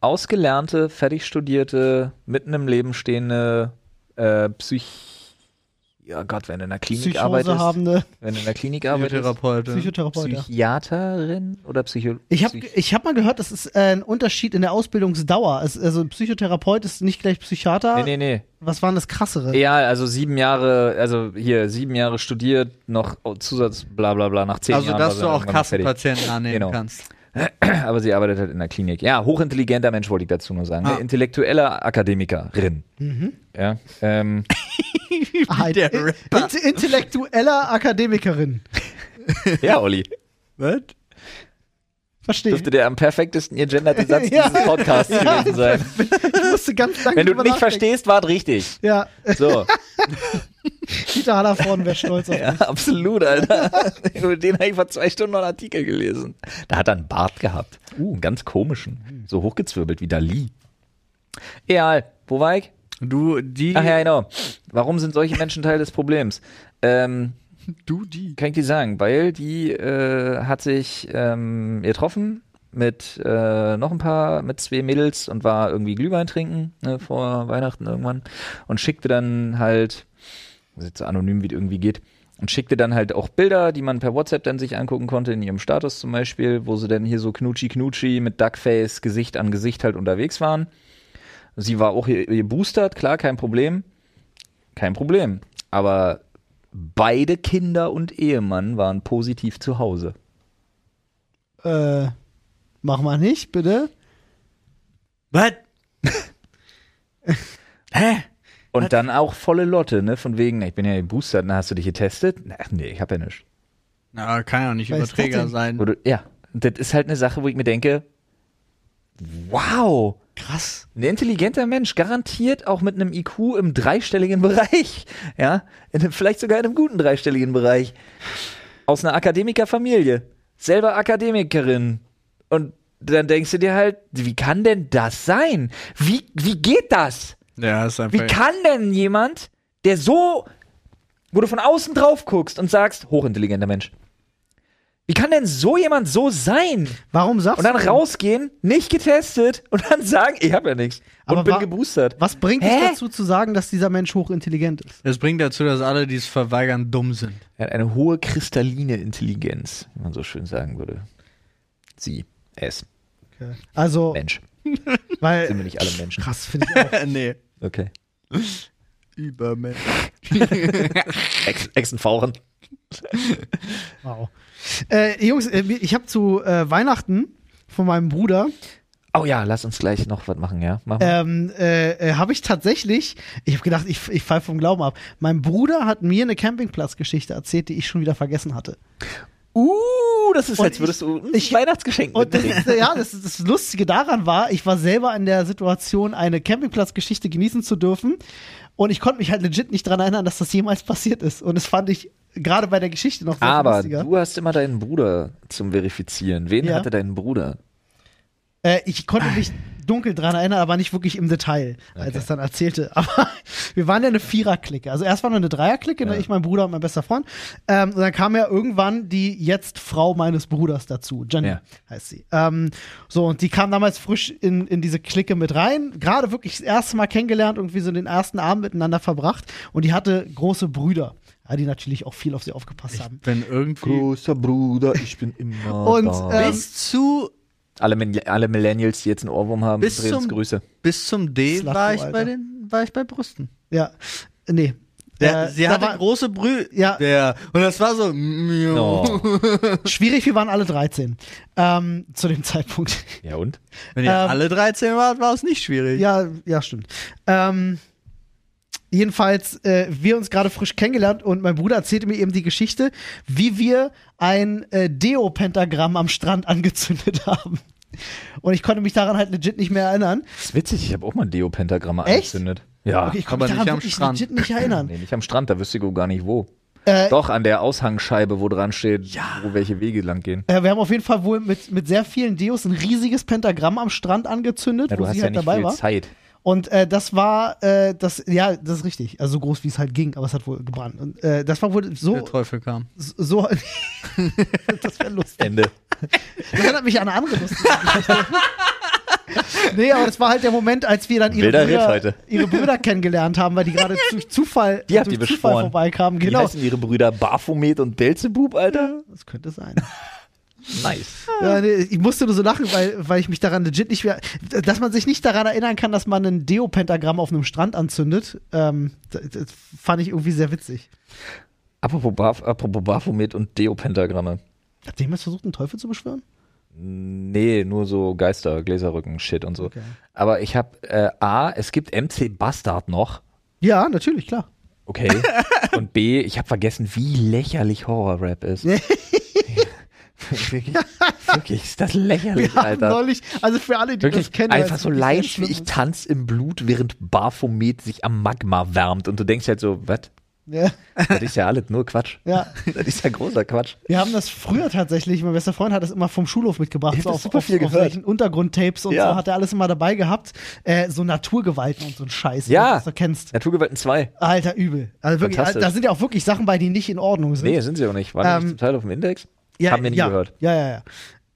ausgelernte, fertig studierte, mitten im Leben stehende äh, Psych... Ja Gott, wenn du in der Klinik Psychose arbeitest. habende Wenn du in der Klinik arbeitest. Therapeutin. Psychotherapeut. ja. Psychiaterin oder Psycho... Ich habe Psych- ich hab mal gehört, das ist äh, ein Unterschied in der Ausbildungsdauer. Es, also ein Psychotherapeut ist nicht gleich Psychiater. Nee, nee, nee. Was war denn das Krassere? Ja, also sieben Jahre, also hier, sieben Jahre studiert, noch Zusatz, bla bla bla, nach zehn Also, Jahren. dass war du sie auch irgendwann mal fertig. Kassenpatienten annehmen Genau. kannst. Aber sie arbeitet halt in der Klinik. Ja, hochintelligenter Mensch wollte ich dazu nur sagen. Ah. Ne? Intellektueller Akademikerin. Ja. Ähm, Ah, der in- Rapper. int- intellektueller Akademikerin. ja, Olli. Was? Verstehe. Dürfte der am perfektesten ihr genderte Satz Ja. dieses Podcasts gewesen sein. Ich musste ganz lange Wenn du drüber nicht nachdenken. verstehst, war richtig. Ja, äh, So. Peter Hallervorden wäre stolz auf ja, absolut, Alter. Über den habe ich vor zwei Stunden noch einen Artikel gelesen. Da hat er einen Bart gehabt. Uh, einen ganz komischen. So hochgezwirbelt wie Dali. Egal. Wo war ich? Du, die. Ach ja, genau. Warum sind solche Menschen Teil des Problems? Ähm, Du, die. Kann ich dir sagen, weil die äh, hat sich ähm, getroffen mit äh, noch ein paar, mit zwei Mädels und war irgendwie Glühwein trinken ne, vor Weihnachten irgendwann und schickte dann halt, das ist jetzt so anonym wie es irgendwie geht, und schickte dann halt auch Bilder, die man per WhatsApp dann sich angucken konnte, in ihrem Status zum Beispiel, wo sie dann hier so knutschi-knutschi mit Duckface Gesicht an Gesicht halt unterwegs waren. Sie war auch hier geboostert, klar, kein Problem. Kein Problem. Aber beide Kinder und Ehemann waren positiv zu Hause. dich. Äh, mach mal nicht, bitte. Was? Hä? Und dann auch volle Lotte, ne? Von wegen, ich bin ja ne, geboostert, na, hast du dich getestet? Na, nee, ich hab ja nichts. Na, kann ja nicht Was ist das Überträger denn? sein. Wurde- Ja, Und das ist halt eine Sache, wo ich mir denke, wow, Krass. ein intelligenter Mensch, garantiert auch mit einem IQ im dreistelligen Bereich, ja, in einem, vielleicht sogar in einem guten dreistelligen Bereich, aus einer Akademikerfamilie, selber Akademikerin und dann denkst du dir halt, wie kann denn das sein? Wie, wie geht das? Ja, ist einfach. Wie kann denn jemand, der so, wo du von außen drauf guckst und sagst, hochintelligenter Mensch, wie kann denn so jemand so sein? Warum sagst Und dann du? rausgehen, nicht getestet und dann sagen, ich habe ja nichts. Und Aber bin wa- geboostert. Was bringt dich Hä? dazu zu sagen, dass dieser Mensch hochintelligent ist? Das bringt dazu, dass alle, die es verweigern, dumm sind. Er hat eine hohe kristalline Intelligenz, wie man so schön sagen würde. Sie, es, Also, Mensch. weil. Sind wir nicht alle Menschen. Krass, finde ich auch. nee. Okay. Übermensch. Ex Exenfauren. Wow. Äh, Jungs, äh, ich habe zu äh, Weihnachten von meinem Bruder, Oh ja, lass uns gleich noch was machen, ja? Mach mal. ähm, äh, äh, habe ich tatsächlich, ich habe gedacht, ich, ich fall vom Glauben ab. Mein Bruder hat mir eine Campingplatzgeschichte erzählt, die ich schon wieder vergessen hatte. Uh, das ist, und als würdest du ein ich- Weihnachtsgeschenk Und das, mitbringen. ist- ja, das, das Lustige daran war, ich war selber in der Situation, eine Campingplatzgeschichte genießen zu dürfen. Und ich konnte mich halt legit nicht dran erinnern, dass das jemals passiert ist. Und das fand ich gerade bei der Geschichte noch sehr viel Aber lustiger. du hast immer deinen Bruder zum Verifizieren. Wen Ja. hatte dein Bruder? Äh, ich konnte mich dunkel dran erinnern, aber nicht wirklich im Detail, als er es dann erzählte. Aber wir waren ja eine Vierer-Clique. Also erst war noch eine Dreier-Clique, ne? ich, mein Bruder und mein bester Freund. Ähm, und dann kam ja irgendwann die jetzt Frau meines Bruders dazu. Jenny Ja. heißt sie. Ähm, so, und die kam damals frisch in, in diese Clique mit rein. Gerade wirklich das erste Mal kennengelernt, irgendwie so den ersten Abend miteinander verbracht. Und die hatte große Brüder, ja, die natürlich auch viel auf sie aufgepasst haben. Wenn irgendwie. Großer Bruder, ich bin immer Und, da. ähm, Bis zu. alle, Mil- alle Millennials, die jetzt einen Ohrwurm haben, Bis übrigens zum- Grüße. Bis zum D Slacko, war ich, Alter. bei den, war ich bei Brüsten. Ja, nee. Der, Äh, sie da hatte war- große Brü. Ja. Der, und das war so. mm, No. Oh. Schwierig, wir waren alle 13 ähm, zu dem Zeitpunkt. Ja und? Wenn ihr Ähm, alle 13 wart, war es nicht schwierig. Ja, ja, stimmt. Ähm, jedenfalls, äh, wir uns gerade frisch kennengelernt und mein Bruder erzählte mir eben die Geschichte, wie wir ein äh, Deo-Pentagramm am Strand angezündet haben. Und ich konnte mich daran halt legit nicht mehr erinnern. Das ist witzig, ich habe auch mal ein Deo-Pentagramma Echt? angezündet. Ja. ich aber konnte nicht mich daran am wirklich Strand. legit nicht erinnern. Nee, nicht am Strand, da wüsste ich auch gar nicht wo. Äh, Doch, an der Aushangscheibe, wo dran steht, wo welche Wege lang gehen. Äh, wir haben auf jeden Fall wohl mit, mit sehr vielen Deos ein riesiges Pentagramm am Strand angezündet, Ja, du wo hast sie ja halt nicht dabei viel war. Zeit. Und äh, das war äh, das, ja, das ist richtig. Also so groß wie es halt ging, aber es hat wohl gebrannt. Und äh, das war wohl so, Der Teufel kam. so. das wäre lustig. Ende. Das erinnert mich an eine andere lustige Geschichte. Nee, aber das war halt der Moment, als wir dann ihre Wilder Ritt Brüder, heute. ihre Brüder kennengelernt haben, weil die gerade durch Zufall, Die habt durch ihr Zufall beschworen. vorbeikamen. Wie Genau. heißen ihre Brüder Baphomet und Belzebub, Alter? Das könnte sein. Nice. Ja, nee, ich musste nur so lachen, weil, weil ich mich daran legit nicht mehr. Dass man sich nicht daran erinnern kann, dass man ein Deo-Pentagramm auf einem Strand anzündet, ähm, das, das fand ich irgendwie sehr witzig. Apropos, Baph Apropos Baphomet und Deo-Pentagramme. Hat jemand versucht, einen Teufel zu beschwören? Nee, nur so Geister, Gläserrücken, Shit und so. Aber ich habe äh, A, es gibt MC Bastard noch. Ja, natürlich, klar. Okay. und B, ich habe vergessen, wie lächerlich Horrorrap ist. wirklich, wirklich, ist das lächerlich, Wir haben Alter. neulich, also für alle, die Wirklich das kennen, einfach weil es so wirklich leid, sehr wie schlimm ich ist. tanz im Blut, während Baphomet sich am Magma wärmt. Und du denkst halt so, was? Ja, Das ist ja alles nur Quatsch. ja. Das ist ja großer Quatsch. Wir haben das früher tatsächlich, mein bester Freund hat das immer vom Schulhof mitgebracht. Ich hab so das auf, super auf, viel auf gehört. solchen Untergrundtapes und Ja. so hat er alles immer dabei gehabt. Äh, so Naturgewalten und so ein Scheiß, Ja. wenn du das so kennst. Naturgewalten 2. Alter, übel. Also wirklich, Fantastisch. da sind ja auch wirklich Sachen bei, die nicht in Ordnung sind. Nee, sind sie auch nicht. Waren die Ähm, nicht zum Teil auf dem Index? ja, Haben wir nie ja, gehört. Ja, ja,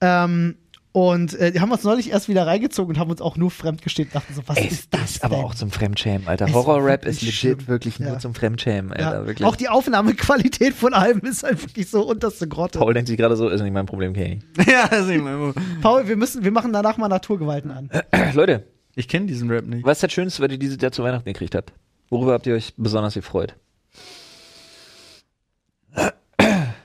ja. Ähm, und äh, die haben uns neulich erst wieder reingezogen und haben uns auch nur fremdgestellt und dachten so, was Ey, ist das aber denn? auch zum Fremdschämen, Alter. Es Horrorrap war ist legit wirklich schlimm. wirklich Ja. nur zum Fremdschämen, Alter. ja. Wirklich. Auch die Aufnahmequalität von allem ist halt wirklich so unterste Grotte. Paul, Paul denkt sich gerade so, ist nicht mein Problem, Kenny. ja, das ist nicht mein wir müssen, wir machen danach mal Naturgewalten an. Leute, Ich kenne diesen Rap nicht. was ist das Schönste, was ihr dieses Jahr zu Weihnachten gekriegt habt? Worüber habt ihr euch besonders gefreut?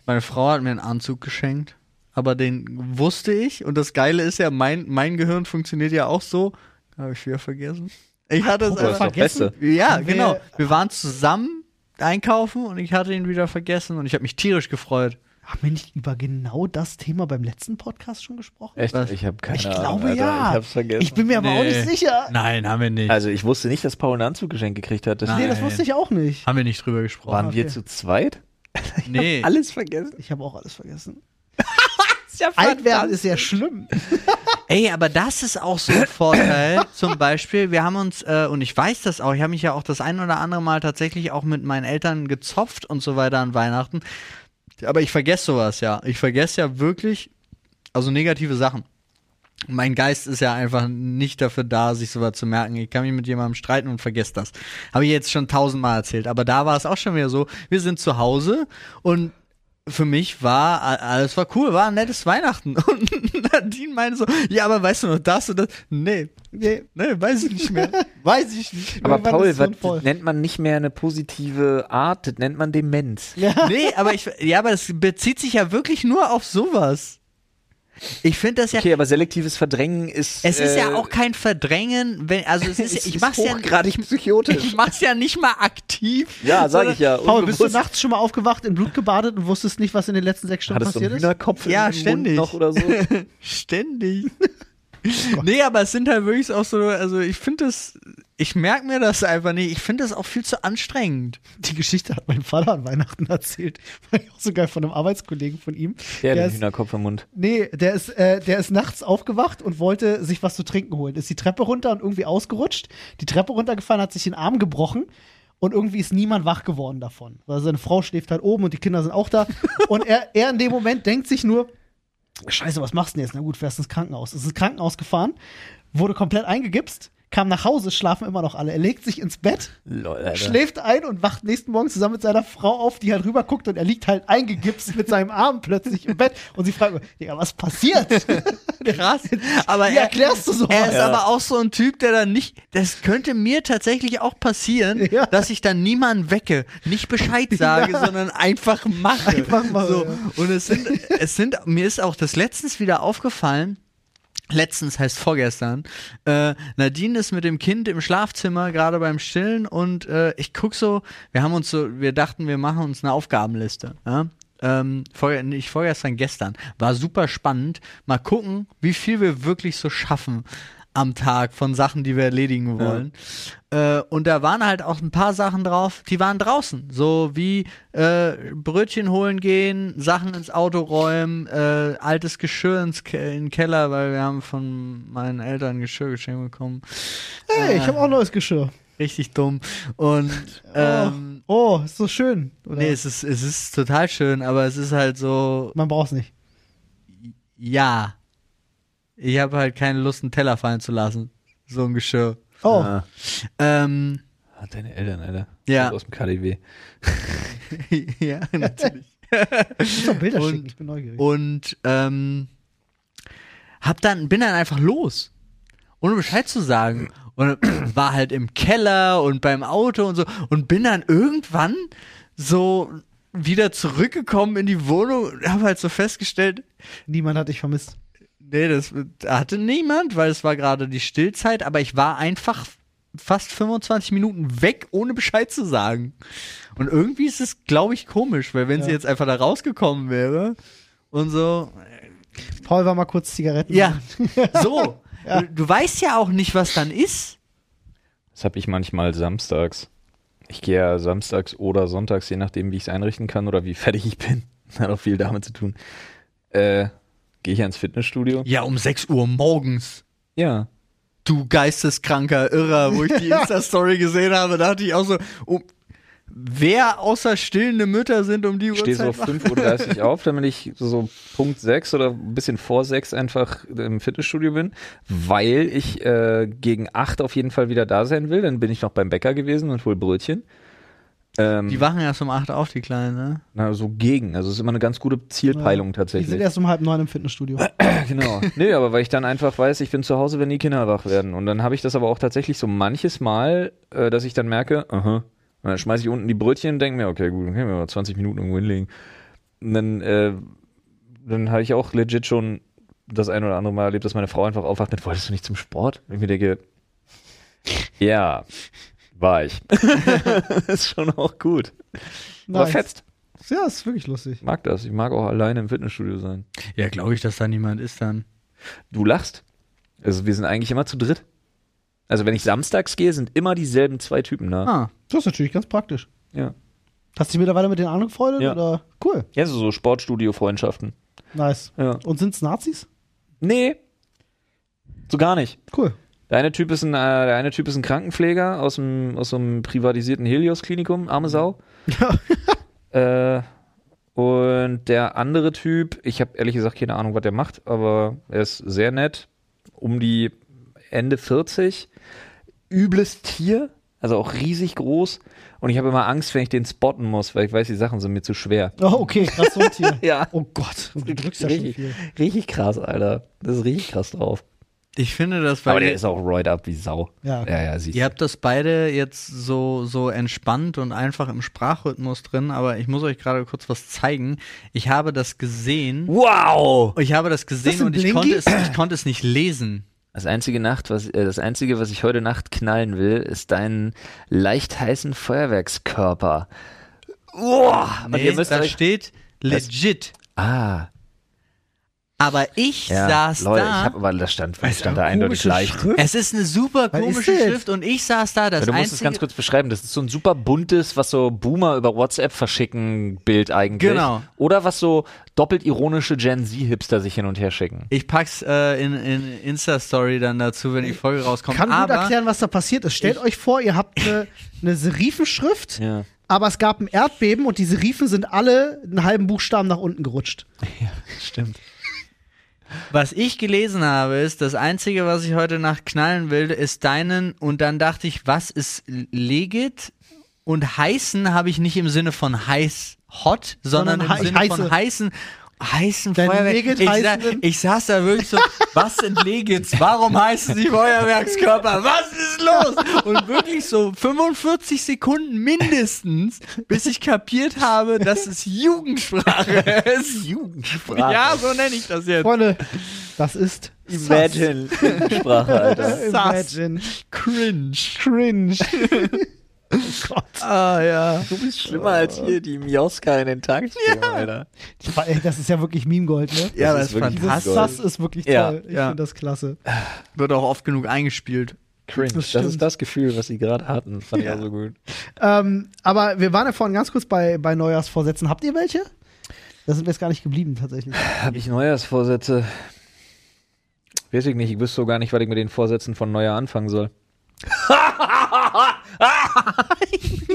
Meine Frau hat mir einen Anzug geschenkt, aber den wusste ich. Und das Geile ist ja, mein, mein Gehirn funktioniert ja auch so. Habe ich wieder vergessen. Ich hatte es Guck mal, einfach. das ist doch vergessen? Beste. Ja, Wir- genau. Wir waren zusammen einkaufen und ich hatte ihn wieder vergessen und ich habe mich tierisch gefreut. Haben wir nicht über genau das Thema beim letzten Podcast schon gesprochen? Echt? Was? Ich habe keine ich Ahnung. glaube Alter. ja. Ich hab's vergessen. Ich bin mir aber auch Nee. nicht sicher. Nein, haben wir nicht. also ich wusste nicht, dass Paul ein Anzuggeschenk gekriegt hat. Das Nein. Nee, das wusste ich auch nicht. haben wir nicht drüber gesprochen. Waren wir okay. zu zweit? nee. Alles vergessen. Ich habe auch alles vergessen. Ist ja Alt werden ist ja schlimm. Ey, aber das ist auch so ein Vorteil. Zum Beispiel, wir haben uns, äh, und ich weiß das auch, ich habe mich ja auch das ein oder andere Mal tatsächlich auch mit meinen Eltern gezopft und so weiter an Weihnachten. Aber ich vergesse sowas ja. Ich vergesse ja wirklich, also negative Sachen. Mein Geist ist ja einfach nicht dafür da, sich sowas zu merken. Ich kann mich mit jemandem streiten und vergesse das. Habe ich jetzt schon tausendmal erzählt. Aber da war es auch schon wieder so, wir sind zu Hause und für mich war a- alles war cool, war ein nettes Weihnachten. Und Nadine meinte so, ja, aber weißt du noch das und das? Nee, nee, nee, weiß ich nicht mehr. Weiß ich nicht. Aber Irgendwann Paul, ist man was voll. nennt man nicht mehr eine positive Art? Das nennt man Demenz. Nee, aber ich, ja, aber das bezieht sich ja wirklich nur auf sowas. Ich finde das ja, Okay, aber selektives Verdrängen ist. es ist äh, ja auch kein Verdrängen, wenn, also es ist, es ich ist mach's ja, hochgradig psychotisch. ich mach's ja nicht mal aktiv. Ja, sag ich ja. Paul, bist du unbewusst. nachts schon mal aufgewacht, in Blut gebadet und wusstest nicht, was in den letzten sechs Stunden Hattest du passiert einen ist? Hühnerkopf Ja, im ständig. Mund noch oder so? Ständig. Oh nee, aber es sind halt wirklich auch so, also ich finde das, ich merke mir das einfach nicht. Ich finde das auch viel zu anstrengend. Die Geschichte hat mein Vater an Weihnachten erzählt. War ich auch so geil von einem Arbeitskollegen von ihm. Der, hat den ist, Hühnerkopf im Mund. nee, der ist, äh, der ist nachts aufgewacht und wollte sich was zu trinken holen. Ist die Treppe runter und irgendwie ausgerutscht. Die Treppe runtergefahren, hat sich den Arm gebrochen. Und irgendwie ist niemand wach geworden davon. Also seine Frau schläft halt oben und die Kinder sind auch da. Und er, er in dem Moment denkt sich nur, Scheiße, was machst du denn jetzt? Na gut, fährst ins Krankenhaus. Ist ins Krankenhaus gefahren, wurde komplett eingegipst, kam nach Hause, schlafen immer noch alle. Er legt sich ins Bett, Lol, Alter. schläft ein und wacht nächsten Morgen zusammen mit seiner Frau auf, die halt rüberguckt und er liegt halt eingegipst mit seinem Arm plötzlich im Bett und sie fragt, Digga, was passiert? Krass. Aber Wie er, erklärst du Oh, sowas? er ist Ja. aber auch so ein Typ, der dann nicht. Das könnte mir tatsächlich auch passieren, Ja. dass ich dann niemanden wecke, nicht Bescheid sage, sondern einfach mache. Einfach mache, so. ja. Und es sind, es sind, mir ist auch das letztens wieder aufgefallen. Letztens heißt vorgestern. Äh, Nadine ist mit dem Kind im Schlafzimmer, gerade beim Stillen, und äh, ich guck so, wir haben uns so, wir dachten, wir machen uns eine Aufgabenliste. Ja? Ähm, vorge nicht vorgestern, gestern. War super spannend. Mal gucken, wie viel wir wirklich so schaffen am Tag von Sachen, die wir erledigen wollen. Äh, und da waren halt auch ein paar Sachen drauf, die waren draußen. So wie äh, Brötchen holen gehen, Sachen ins Auto räumen, äh, altes Geschirr ins Ke in den Keller, weil wir haben von meinen Eltern Geschirr geschenkt bekommen. Hey, ich habe auch neues Geschirr. Richtig dumm. Und ähm, oh, ist so schön. Oder? nee, es ist, es ist total schön, aber es ist halt so, Man braucht's nicht. ja. Ich habe halt keine Lust, einen Teller fallen zu lassen. So ein Geschirr. Oh, Ah, Ähm, ah, deine Eltern, Alter. Ja. Aus dem KDW. ja, natürlich. ich muss doch Bilder Und- schicken, ich bin neugierig. Und ähm, hab dann, bin dann einfach los, ohne Bescheid zu sagen. Und war halt im Keller und beim Auto und so. Und bin dann irgendwann so wieder zurückgekommen in die Wohnung und habe halt so festgestellt, Niemand hat dich vermisst. nee, das hatte niemand, weil es war gerade die Stillzeit, aber ich war einfach fast 25 Minuten weg, ohne Bescheid zu sagen. Und irgendwie ist es, glaube ich, komisch, weil wenn sie jetzt einfach da rausgekommen wäre und so, Paul war mal kurz Zigaretten. ja, so. Du, du weißt ja auch nicht, was dann ist. Das habe ich manchmal samstags. Ich gehe ja samstags oder sonntags, je nachdem, wie ich es einrichten kann oder wie fertig ich bin. Hat auch viel damit zu tun. Äh, gehe ich ans Fitnessstudio? Ja, um 6 Uhr morgens. Ja. Du geisteskranker Irrer, wo ich die Insta-Story gesehen habe, dachte ich auch so, um, wer außer stillende Mütter sind um die Ich stehe Uhrzeit? so auf 5.30 Uhr auf, damit ich so Punkt 6 oder ein bisschen vor 6 einfach im Fitnessstudio bin, weil ich äh, gegen 8 auf jeden Fall wieder da sein will. Dann bin ich noch beim Bäcker gewesen und hol Brötchen. Ähm, die wachen erst um 8 auf, die Kleinen, ne? Na, so gegen. Also es ist immer eine ganz gute Zielpeilung Die sind tatsächlich. erst um halb neun im Fitnessstudio. Äh, genau. Nö, aber weil ich dann einfach weiß, ich bin zu Hause, wenn die Kinder wach werden. Und dann habe ich das aber auch tatsächlich so manches Mal, äh, dass ich dann merke, aha, und dann schmeiße ich unten die Brötchen und denke mir, okay, gut, dann können wir mal 20 Minuten irgendwo hinlegen. Und dann, äh, dann habe ich auch legit schon das ein oder andere Mal erlebt, dass meine Frau einfach aufwacht mit, wolltest du nicht zum Sport? Und ich mir denke, ja, war ich. ist schon auch gut. Aber Nice. fetzt. Ja, ist wirklich lustig. Ich mag das. Ich mag auch alleine im Fitnessstudio sein. Ja, glaube ich, dass da niemand ist dann. Du lachst. Also wir sind eigentlich immer zu dritt. Also wenn ich samstags gehe, sind immer dieselben zwei Typen da. Ah, Das ist natürlich ganz praktisch. Ja. Hast du dich mittlerweile mit den anderen gefreundet? Ja. Oder? Cool, Ja, so, so Sportstudio-Freundschaften. nice. Ja. Und sind's Nazis? Nee. So gar nicht. Cool. Der eine Typ ist ein, äh, der eine typ ist ein Krankenpfleger aus, dem, aus so einem privatisierten Helios-Klinikum, arme Sau. äh, und der andere Typ, ich habe ehrlich gesagt keine Ahnung, was der macht, aber er ist sehr nett, um die Ende 40, übles Tier, also auch riesig groß. Und ich habe immer Angst, wenn ich den spotten muss, weil ich weiß, die Sachen sind mir zu schwer. Oh, okay, krass so ein Tier. Ja. Oh Gott, du drückst ja schon Richtig, viel. richtig krass, Alter. Das ist richtig krass drauf. ich finde das, Aber weil der ihr, ist auch roid up wie Sau. Ja. ja, ja siehst du. ihr habt das beide jetzt so, so entspannt und einfach im Sprachrhythmus drin, aber ich muss euch gerade kurz was zeigen. Ich habe das gesehen. Wow! Ich habe das gesehen Ist das ein und ich Blinky? konnte, es, ich konnte es nicht lesen. Das einzige Nacht, was äh, das einzige, was ich heute Nacht knallen will, ist deinen leicht heißen Feuerwerkskörper. Uah! Und Nee, ihr müsst da euch- steht legit. Ah, Aber ich ja, saß Leute, da. ich habe aber das stand, stand da Eine eindeutig komische leicht. Schrift. Es ist eine super Was ist komische das? Schrift und ich saß da. Das Ja, du musst es einzige, ganz kurz beschreiben. Das ist so ein super buntes, was so Boomer über WhatsApp verschicken Bild eigentlich. Genau. Oder was so doppelt ironische Gen Z-Hipster sich hin und her schicken. Ich pack's äh, in, in Insta-Story dann dazu, wenn die Folge rauskommt. Kann gut aber erklären, was da passiert ist. Stellt euch vor, ihr habt eine, eine Serifenschrift, Ja. aber es gab ein Erdbeben und die Serifen sind alle einen halben Buchstaben nach unten gerutscht. Stimmt. was ich gelesen habe, ist, das Einzige, was ich heute Nacht knallen will, ist deinen. Und dann dachte ich, was ist legit? Und heißen habe ich nicht im Sinne von heiß, hot, sondern, Sondern hei- im Sinne heiße. von heißen. Heißen Deine Feuerwerk. legit Ich, sa heißenden. ich saß da wirklich so, was sind Legits? Warum heißen sie Feuerwerkskörper? Was ist los? Und wirklich so 45 Sekunden mindestens, bis ich kapiert habe, dass es Jugendsprache ist. Jugendsprache. Ja, so nenne ich das jetzt. Freunde, das ist Imagine. Sprache, Alter. Sass. Imagine. Cringe. Cringe. Ah ja. Du bist schlimmer als Oh. hier die Mioska in den Tankstellen, ja. Alter. Aber ey, das ist ja wirklich Meme-Gold, ne? Ja, das, ist ist wirklich Dieses fantastisch. Gold. Sass ist wirklich toll. Ja, ich ja. finde das klasse. Wird auch oft genug eingespielt. Cringe. Das Das, stimmt. ist das Gefühl, was sie gerade hatten. Fand ich auch so gut. Ähm, aber wir waren ja vorhin ganz kurz bei, bei Neujahrsvorsätzen. Habt ihr welche? Da sind wir jetzt gar nicht geblieben, tatsächlich. Habe ich Neujahrsvorsätze? Weiß ich nicht. Ich wüsste so gar nicht, was ich mit den Vorsätzen von Neujahr anfangen soll.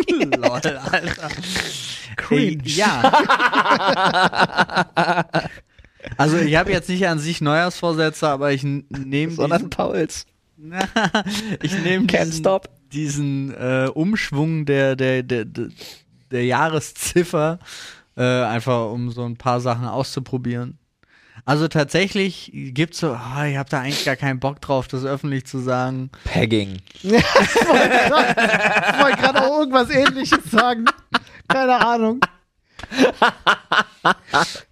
Lol, Alter. Cringe. ja. Also ich habe jetzt nicht an sich Neujahrsvorsätze, aber ich n- nehme diesen, Pauls. ich nehm Can't diesen, stop. diesen äh, Umschwung der, der, der, der, der Jahresziffer äh, einfach, um so ein paar Sachen auszuprobieren. Also tatsächlich gibt's so, ah, ich habe da eigentlich gar keinen Bock drauf, das öffentlich zu sagen. Pegging. Ich wollte gerade auch irgendwas ähnliches sagen. Keine Ahnung.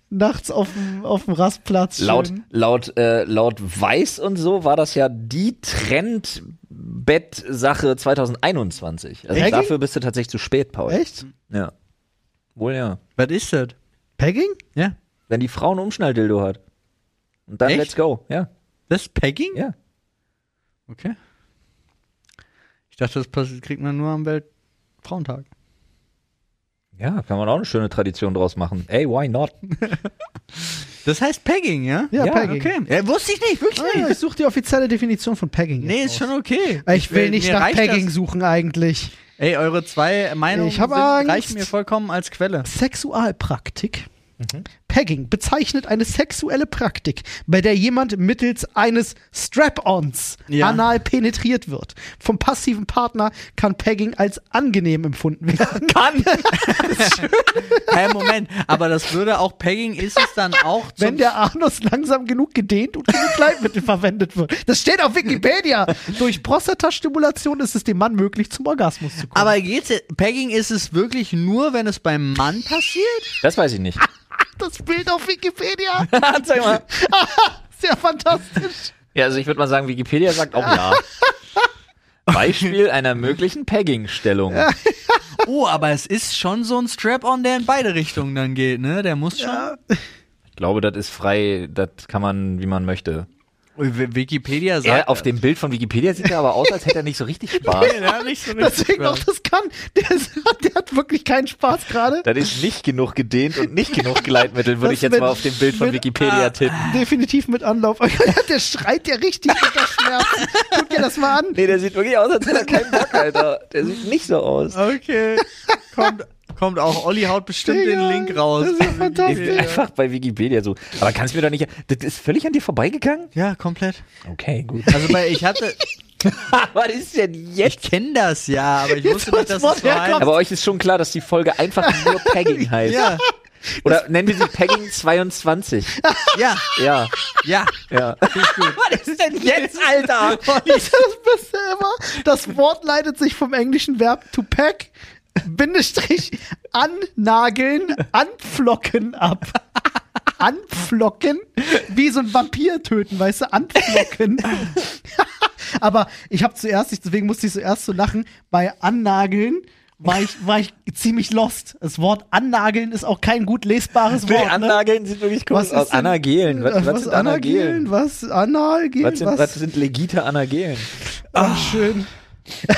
Nachts auf dem, auf dem Rastplatz. Schön. Laut, laut, äh, laut Weiß und so war das ja die Trendbett-Sache 2021. Also Pegging? dafür bist du tatsächlich zu spät, Paul. Echt? Ja. Wohl ja. Was ist das? Pegging? Ja, Wenn die Frau einen Umschnalldildo hat. Und dann Echt? let's go. Ja. das ist Pegging? Ja. Okay. Ich dachte, das passi- kriegt man nur am Weltfrauentag. Ja, kann man auch eine schöne Tradition draus machen. Ey, why not? Das heißt Pegging, ja? Ja, Pegging. Okay. Ja, wusste ich nicht, wirklich Ah, ja, nicht. ich suche die offizielle Definition von Pegging. Nee, jetzt ist raus. schon okay. Ich will nicht mir nach reicht Pegging Das. suchen eigentlich. Ey, eure zwei Meinungen Ich hab sind, Angst. reichen mir vollkommen als Quelle. Sexualpraktik. Mhm. Pegging bezeichnet eine sexuelle Praktik, bei der jemand mittels eines Strap-ons Ja. anal penetriert wird. Vom passiven Partner kann Pegging als angenehm empfunden werden. Kann! hey, Moment, aber das würde auch Pegging ist es dann auch zum Wenn der Anus langsam genug gedehnt und genug Gleitmittel verwendet wird. Das steht auf Wikipedia. Durch Prostatastimulation ist es dem Mann möglich, zum Orgasmus zu kommen. aber geht's, Pegging ist es wirklich nur, wenn es beim Mann passiert? Das weiß ich nicht. das Bild auf Wikipedia, Sag mal. sehr fantastisch. Ja, also ich würde mal sagen, Wikipedia sagt auch ja. Beispiel einer möglichen Pegging-Stellung. Oh, aber es ist schon so ein Strap-on, der in beide Richtungen dann geht, ne? Der muss schon. Ich glaube, das ist frei, das kann man, wie man möchte. W- Wikipedia sagt. Er, auf dem Bild von Wikipedia sieht er aber aus, als hätte er nicht so richtig Spaß. Deswegen auch das kann. Der, ist, der hat wirklich keinen Spaß gerade. Das ist nicht genug gedehnt und nicht genug Gleitmittel, würde Das ich jetzt mit- mal auf dem Bild von mit- Wikipedia tippen. Definitiv mit Anlauf. Der schreit ja richtig unter Schmerzen. Guck dir das mal an. Nee, der sieht wirklich aus, als hätte er keinen Bock, Alter. Der sieht nicht so aus. Okay. Kommt, kommt auch. Olli haut bestimmt Digga, den Link raus. das ist ja fantastisch. Ist Einfach bei Wikipedia so. Aber kannst mir doch nicht. Das ist völlig an dir vorbeigegangen? Ja, komplett. Okay, gut. Also bei, ich hatte, Was ist denn ich jetzt? kenne das ja, aber ich wusste nicht, dass wo es es so heißt. herkommt. Aber euch ist schon klar, dass die Folge einfach nur Pegging heißt. Ja, Oder nennen wir sie Pegging 22. ja, Ja, ja. ja. Was ist denn jetzt, Alter? Das ist das Beste immer. Das Wort leitet sich vom englischen Verb to pack, Bindestrich, annageln, anpflocken ab. Anpflocken? Wie so ein Vampir töten, weißt du? Anpflocken. Aber ich habe zuerst, ich, deswegen musste ich zuerst so lachen, bei annageln war ich, war ich ziemlich lost. Das Wort annageln ist auch kein gut lesbares Nee, Wort. ne? Annageln sieht wirklich cool Was aus. ist denn- Anagelen. Was, was, sind Anagelen? Was? Analgelen? Was sind, was sind legite Anagelen? Ah, schön.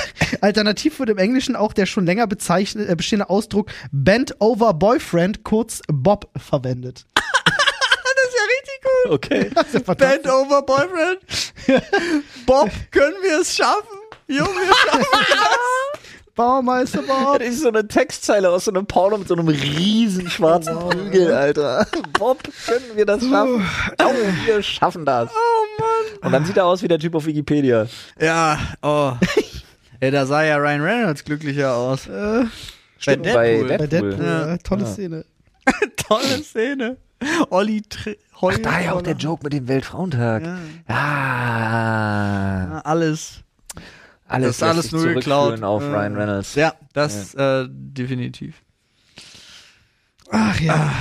Alternativ wird im Englischen auch der schon länger bezeichne, äh, bestehende Ausdruck Bent Over Boyfriend, kurz Bob, verwendet. Das ist ja richtig gut. Okay. Das ist Band over Boyfriend. Bob, können wir es schaffen? Junge, wir schaffen Baumeister Bob. Das ist so eine Textzeile aus so einem Porno mit so einem riesen schwarzen Oh, Prügel, Alter. Bob, können wir das schaffen? Oh. Doch, wir schaffen das. Oh Mann. Und dann sieht er aus wie der Typ auf Wikipedia. Ja, oh. Ey, da sah ja Ryan Reynolds glücklicher aus. Äh, Stimmt, bei Bei Deadpool, Ja. ja. tolle Ja. Szene. Tolle Szene. Olli tr- heult. Ach, daher auch der Joke mit dem Weltfrauentag. Ah. Ja, Alles. das Alles, ist lässt alles sich nur geklaut. zurückführen auf Äh, Ryan Reynolds. Ja, das Äh, definitiv. Ach ja.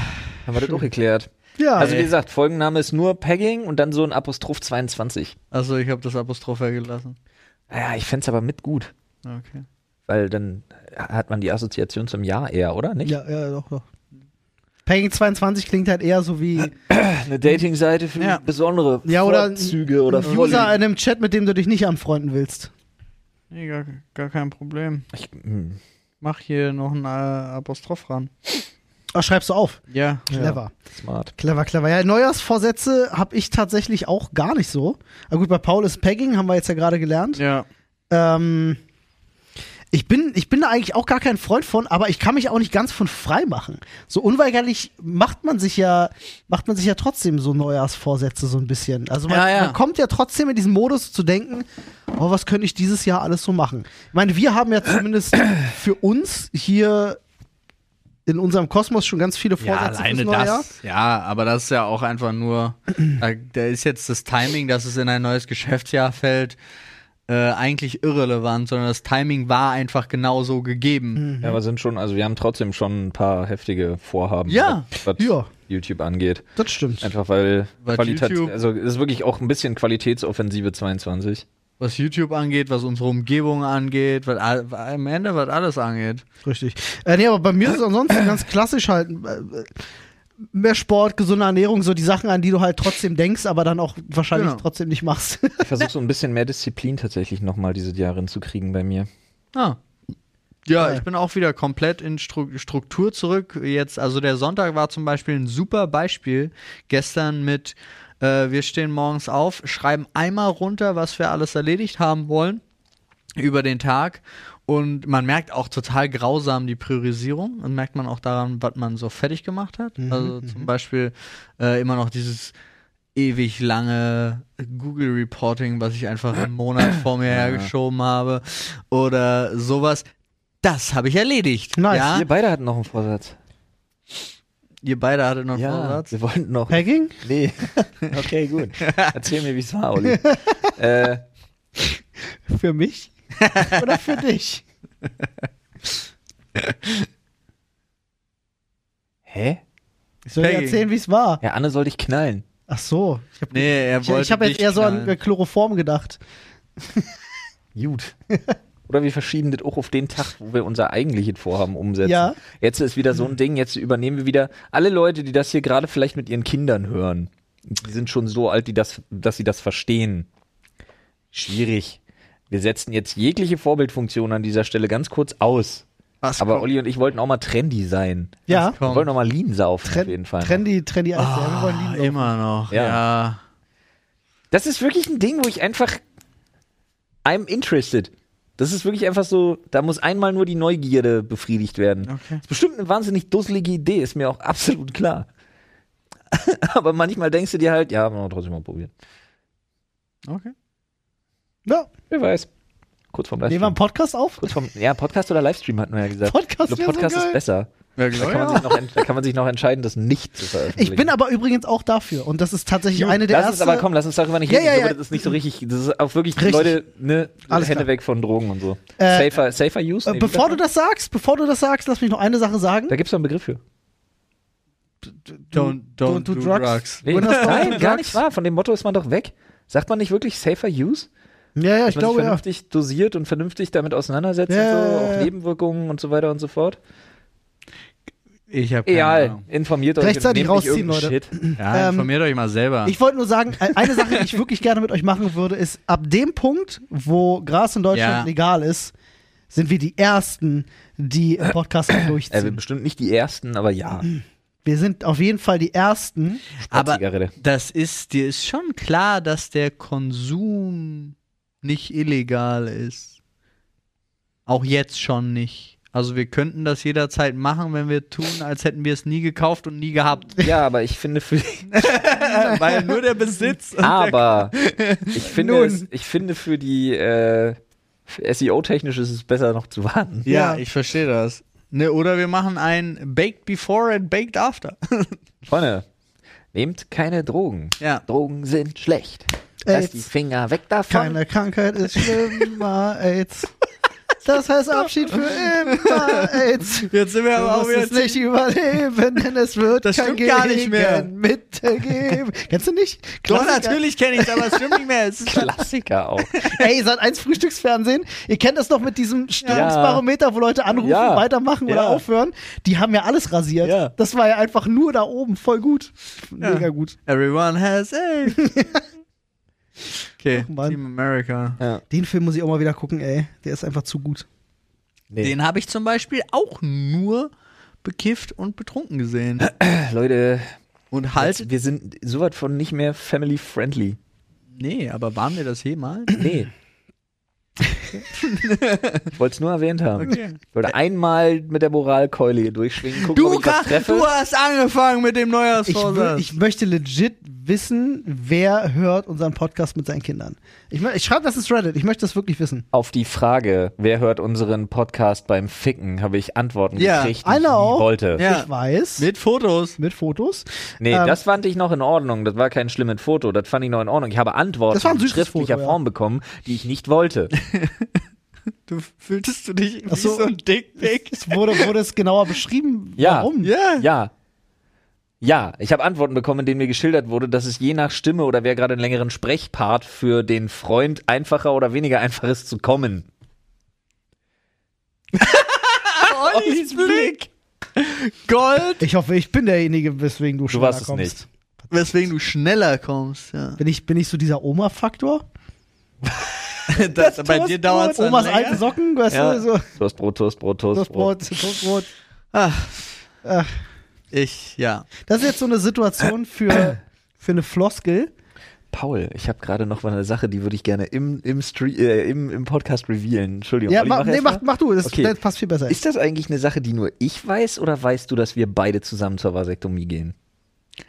Haben wir das auch geklärt. Ja, Also wie Ey. gesagt, Folgenname ist nur Pegging und dann so ein Apostroph 22. Also ich habe das Apostroph weggelassen. Ja, ich fänd's aber mit gut, Okay. weil dann hat man die Assoziation zum Jahr eher, oder? Nicht? ja, ja, doch, doch. Pegging 22 klingt halt eher so wie Eine Dating-Seite für Ja. besondere Ja, oder ein Vorzüge oder ein User Vorlieben. in einem Chat, mit dem du dich nicht anfreunden willst. Nee, gar, gar kein Problem. Ich, hm. Mach hier noch ein äh, Apostroph ran. Ach, Ah, schreibst du auf. Ja. Clever. Smart. Clever, clever. Ja, Neujahrsvorsätze habe ich tatsächlich auch gar nicht so. Aber gut, bei Paul ist Pegging, haben wir jetzt ja gerade gelernt. Ja. Ähm, ich, bin, ich bin da eigentlich auch gar kein Freund von, aber ich kann mich auch nicht ganz von frei machen. So unweigerlich macht man sich ja, macht man sich ja trotzdem so Neujahrsvorsätze so ein bisschen. Also man, Ja, ja. man kommt ja trotzdem in diesen Modus zu denken, oh, was könnte ich dieses Jahr alles so machen? Ich meine, wir haben ja zumindest für uns hier in unserem Kosmos schon ganz viele Ja, Vorsätze alleine fürs Neujahr. das. Ja, aber das ist ja auch einfach nur, da, da ist jetzt das Timing, dass es in ein neues Geschäftsjahr fällt, äh, eigentlich irrelevant, sondern das Timing war einfach genauso gegeben. Ja, aber sind schon, also wir haben trotzdem schon ein paar heftige Vorhaben, Ja. was, was Ja. YouTube angeht. Das stimmt. Einfach weil, Weil qualitativ, YouTube- also es ist wirklich auch ein bisschen Qualitätsoffensive 22. Was YouTube angeht, was unsere Umgebung angeht, was, all- am Ende, was alles angeht. Richtig. Äh, nee, aber bei mir ist es ansonsten ganz klassisch halt. äh, Mehr Sport, gesunde Ernährung, so die Sachen, an die du halt trotzdem denkst, aber dann auch wahrscheinlich Genau. trotzdem nicht machst. Ich versuche so ein bisschen mehr Disziplin tatsächlich nochmal diese Jahre hinzukriegen bei mir. Ah. Ja, Geil. ich bin auch wieder komplett in Stru Struktur zurück. Jetzt, also der Sonntag war zum Beispiel ein super Beispiel. Gestern mit, äh, wir stehen morgens auf, schreiben einmal runter, was wir alles erledigt haben wollen über den Tag. Und man merkt auch total grausam die Priorisierung. Und merkt man auch daran, was man so fertig gemacht hat. Mhm, also zum Beispiel äh, immer noch dieses ewig lange Google Reporting, was ich einfach einen Monat vor mir hergeschoben habe. Oder sowas. Das habe ich erledigt. Nice. Ja, Wir beide hatten noch einen Vorsatz. ihr beide hattet noch einen Vorsatz. wir wollten noch. Pegging? Nee. Okay, gut. Erzähl mir, wie es war, Olli. äh, Für mich? Oder für dich? hä? Ich soll dir Pegging. erzählen, wie es war. Ja, Anne soll dich knallen. Ach so. Ich habe Nee, er ich, wollte ich hab jetzt dich eher so an knallen. Chloroform gedacht. Gut. Oder wir verschieben das auch auf den Tag, wo wir unser eigentliches Vorhaben umsetzen. Ja. Jetzt ist wieder so ein Ding, jetzt übernehmen wir wieder alle Leute, die das hier gerade vielleicht mit ihren Kindern hören. Die sind schon so alt, die das, dass sie das verstehen. Schwierig. Wir setzen jetzt jegliche Vorbildfunktion an dieser Stelle ganz kurz aus. Was Aber kommt? Olli und ich wollten auch mal trendy sein. Ja. Wir wollen auch mal lean saufen auf jeden Trend, Fall. trendy, trendy Eis. ja, wir wollen Ah, lieben. immer noch, Ja. ja. Das ist wirklich ein Ding, wo ich einfach. I'm interested. Das ist wirklich einfach so, da muss einmal nur die Neugierde befriedigt werden. Okay. Ist bestimmt eine wahnsinnig dusselige Idee, ist mir auch absolut klar. Aber manchmal denkst du dir halt, ja, wollen wir trotzdem mal probieren. Okay. Ja, Wer weiß. Kurz vorm nehmen wir Livestream. einen Podcast auf? Kurz vorm, ja, Podcast oder Livestream hatten wir ja gesagt. Podcast ich wär glaub, Podcast so geil. ist besser. Ja, Da glaub, Oh kann, man ja. sich noch, ent- da kann man sich noch entscheiden, das nicht zu veröffentlichen. Ich bin aber übrigens auch dafür. Und das ist tatsächlich eine der Lass uns ersten. aber komm, lass uns darüber nicht Ja, reden. ja, ich glaube, ja. das ist nicht so richtig. Das ist auch wirklich Richtig. Leute, ne, Alles Hände klar. weg von Drogen und so. Äh, safer, safer Use? Äh, Nee, wie bevor sagt du man? das sagst, bevor du das sagst, lass mich noch eine Sache sagen. Da gibt's doch einen Begriff für. Don't, don't, do drugs. Nee, When hast du- nein, gar nicht wahr. Von dem Motto ist man doch weg. Sagt man nicht wirklich safer Use? Ja, ja, ich Wenn man sich glaube ja. vernünftig dosiert und vernünftig damit auseinandersetzt Ja, und so, ja, ja. auch Nebenwirkungen und so weiter und so fort. Ich habe keine Egal, Ahnung. informiert euch. und Rechtzeitig nehmt nicht rausziehen, irgendeinen Leute. Shit. Ja, Ähm, informiert euch mal selber. Ich wollte nur sagen, äh, eine Sache, die ich wirklich gerne mit euch machen würde, ist, ab dem Punkt, wo Gras in Deutschland Ja. legal ist, sind wir die Ersten, die im Podcast Äh, wir durchziehen. bestimmt nicht die Ersten, aber ja. Wir sind auf jeden Fall die Ersten. Aber Sportzigarette. das ist, dir ist schon klar, dass der Konsum nicht illegal ist. Auch jetzt schon nicht. Also wir könnten das jederzeit machen, wenn wir tun, als hätten wir es nie gekauft und nie gehabt. Ja, aber ich finde für Weil nur der Besitz. Aber ich finde, Nun. es, ich finde für die äh, für SEO-technisch ist es besser noch zu warten. Ja, Ja. ich verstehe das. Ne, oder wir machen ein Baked Before and Baked After. Freunde, nehmt keine Drogen. Ja. Drogen sind schlecht. Äh, Lasst die jetzt- Finger weg davon. Keine Krankheit ist schlimmer, AIDS. Das heißt Abschied für immer, AIDS. Jetzt sind wir Du aber auch wirst es wieder nicht überleben, denn es wird Das kein stimmt gar nicht Gegen mehr. Mitte geben. Kennst du nicht? Doch, Klassiker. natürlich kenne ich es, aber es stimmt nicht mehr. Es ist Klassiker auch. Ey, seit eins Frühstücksfernsehen. Ihr kennt das noch mit diesem Stimmungsbarometer, wo Leute anrufen, Ja. weitermachen Ja. oder aufhören. Die haben ja alles rasiert. Ja. Das war ja einfach nur da oben. Voll gut. Mega gut. Everyone has AIDS. okay, Ach, Mann. Team America. Den Film muss ich auch mal wieder gucken, ey. Der ist einfach zu gut. Nee. Den habe ich zum Beispiel auch nur bekifft und betrunken gesehen. Leute, Und halt, haltet. wir sind sowas von nicht mehr family-friendly. Nee, aber waren wir das jemals? Nee. ich wollte es nur erwähnt haben. Okay. Ich wollte einmal mit der Moralkeule hier durchschwingen, gucken, ob Du, ich was Kach, treffe. du hast angefangen mit dem Ich, wür- Neujahrsvorsatz. ich möchte legit wissen, wer hört unseren Podcast mit seinen Kindern. Ich, mö- ich schreibe das ins Reddit. Ich möchte das wirklich wissen. Auf die Frage, wer hört unseren Podcast beim Ficken, habe ich Antworten Ja, gekriegt, die ich nie einer auch. wollte. Ja. Ich weiß. Mit Fotos. mit Fotos. Nee, Ähm, das fand ich noch in Ordnung. Das war kein schlimmes Foto. Das fand ich noch in Ordnung. Ich habe Antworten Das war ein in süßes schriftlicher Foto, ja. Form bekommen, die ich nicht wollte. Du fühltest du dich Ach wie so. so ein Dickpick. Es wurde, wurde es genauer beschrieben, Ja. warum. Ja. ja. Ja, ich habe Antworten bekommen, in denen mir geschildert wurde, dass es je nach Stimme oder wer gerade einen längeren Sprechpart für den Freund einfacher oder weniger einfach ist zu kommen. Ollis Blick. Gold. Ich hoffe, ich bin derjenige, weswegen du schon warst es kommst. nicht. Weswegen du schneller kommst, ja. Bin ich, bin ich so dieser Oma-Faktor? Das, bei dir dauert es Omas alte Socken, weißt du, so. Toastbrot, Toastbrot, Das Toastbrot. Brot, das Brot. Ach. Ich, ja. Das ist jetzt so eine Situation für, für eine Floskel. Paul, ich habe gerade noch mal eine Sache, die würde ich gerne im, im, Stre äh, im, im Podcast revealen. Entschuldigung. Ja, Olli, mach, mach nee, erst mach, mal. mach du, das, Okay. das passt viel besser. Ist das eigentlich eine Sache, die nur ich weiß oder weißt du, dass wir beide zusammen zur Vasektomie gehen?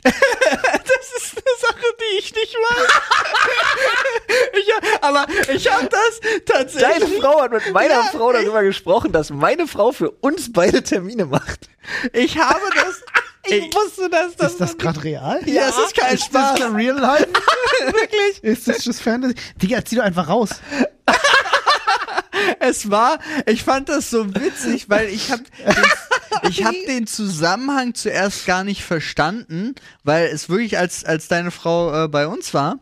Das ist eine Sache, die ich nicht weiß. ich hab, aber ich habe das Deine tatsächlich. Frau hat mit meiner Frau darüber gesprochen, dass meine Frau für uns beide Termine macht. Ich habe das. Ich wusste, dass das. ist das gerade real? ja, es ist kein Ist das Spaß. gerade real life? Wirklich. Ist das just Fantasy? Digga, zieh doch einfach raus. Es war. Ich fand das so witzig, weil ich habe. Ich habe den Zusammenhang zuerst gar nicht verstanden, weil es wirklich als als deine Frau äh, bei uns war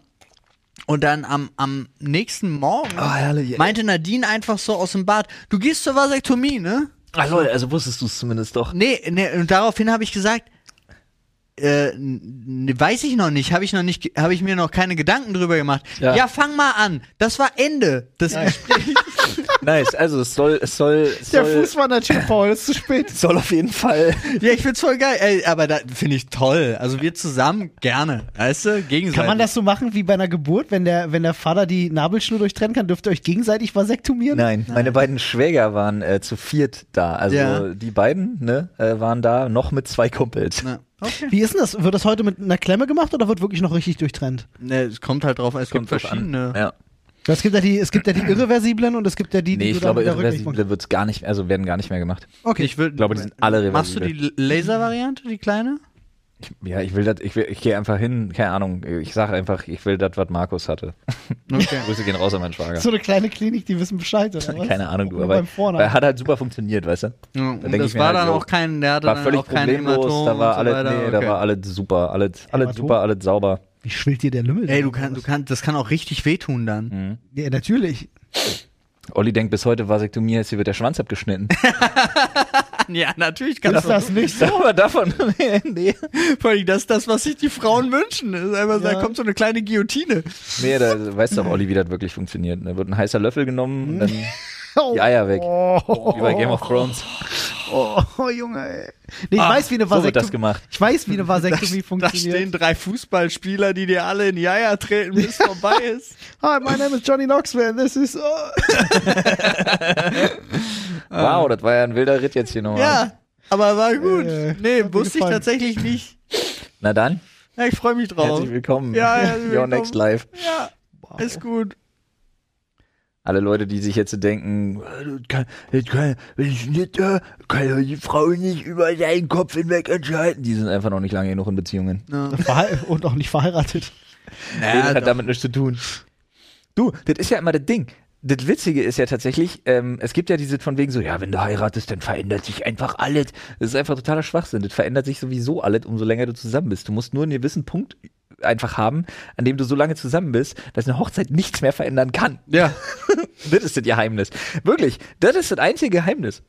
Und dann am, am nächsten Morgen Oh, herrlich, ey. meinte Nadine einfach so aus dem Bad, du gehst zur Vasektomie, ne? Ah, lol, also wusstest du es zumindest doch. Nee, nee, und daraufhin habe ich gesagt, äh, n- n- weiß ich noch nicht, habe ich noch nicht, ge- habe ich mir noch keine Gedanken drüber gemacht. Ja. Ja, fang mal an. Das war Ende des Gesprächs. Nice, also es soll, es soll, es Der soll, Fuß war natürlich faul, ist zu spät. soll auf jeden Fall. ja, ich find's voll geil. Ey, aber da finde ich toll. Also wir zusammen gerne, weißt du, gegenseitig. Kann man das so machen wie bei einer Geburt, wenn der, wenn der Vater die Nabelschnur durchtrennen kann, dürft ihr euch gegenseitig vasektomieren? Nein, meine beiden Schwäger waren äh, zu viert da. Also Ja. die beiden ne, äh, waren da noch mit zwei Kumpels. Ja. Okay. Wie ist denn das? Wird das heute mit einer Klemme gemacht oder wird wirklich noch richtig durchtrennt? Ne, es kommt halt drauf, an, es gibt drauf an. verschiedene. Ja. Es gibt ja die, es gibt ja die irreversiblen und es gibt ja die, die Nee, ich du dann glaube, wieder rückgängig irreversible wird's gar nicht, also werden gar nicht mehr gemacht. machst. Okay. Ich würd, glaube, die sind alle Machst du die reversibel. Laser-Variante, die kleine? Ich, ja, ich will das, ich will, ich gehe einfach hin, keine Ahnung, ich sage einfach, ich will das, was Markus hatte. Okay. Grüße gehen raus an meinen Schwager. so eine kleine Klinik, die wissen Bescheid, oder was? keine Ahnung, du, Nur aber beim weil Vornamen. hat halt super funktioniert, weißt du? Ja, Da und denk das ich mir war halt, dann jo, auch kein, der hatte War dann völlig auch kein problemlos, Hämatom da war und so alles, weiter. nee, da okay. war alles super, alles, alles Hämatom? super, alles sauber. Wie schwillt dir der Lümmel? Ey, denn? du kannst, du kannst, das kann auch richtig wehtun dann. Ja, natürlich. Olli denkt bis heute, Vasektomie heißt, hier wird der Schwanz abgeschnitten. Ja, natürlich kann Ist das nicht so? Aber davon, nee, nee. Vor allem, das ist das, was sich die Frauen wünschen. Es Ist einfach, Da Ja. kommt so eine kleine Guillotine. Nee, da weißt du auch, Olli, wie das wirklich funktioniert. Da wird ein heißer Löffel genommen und dann Mhm. die Eier weg. Wie bei Game of Thrones. Oh, oh, Junge, ey. Nee, ich weiß, wie eine so wird Vasektomie das gemacht. Ich weiß, wie eine Vasektomie Da funktioniert. stehen drei Fußballspieler, die dir alle in die Eier treten, bis es vorbei ist. Hi, my name is Johnny Knoxville. and This is. Oh. Wow, das war ja ein wilder Ritt jetzt hier nochmal. Ah. Ja, aber war gut. Äh, nee, hat mir wusste ich gefallen. tatsächlich nicht. Na dann, Ja, ich freue mich drauf. herzlich willkommen. Ja, herzlich Your willkommen. next life. Ja, ist gut. Alle Leute, die sich jetzt so denken, äh, das kann, das kann, wenn ich nicht, äh, kann ja die Frau nicht über seinen Kopf hinweg entscheiden. Die sind einfach noch nicht lange genug in Beziehungen. Verhe- Und auch nicht verheiratet. Nee, das hat halt damit nichts zu tun. Du, das ist ja immer das Ding. Das Witzige ist ja tatsächlich, ähm, es gibt ja diese von wegen so, ja, wenn du heiratest, dann verändert sich einfach alles. Das ist einfach totaler Schwachsinn. Das verändert sich sowieso alles, umso länger du zusammen bist. Du musst nur einen gewissen Punkt einfach haben, an dem du so lange zusammen bist, dass eine Hochzeit nichts mehr verändern kann. Ja. Das ist das Geheimnis. Wirklich, das ist das einzige Geheimnis.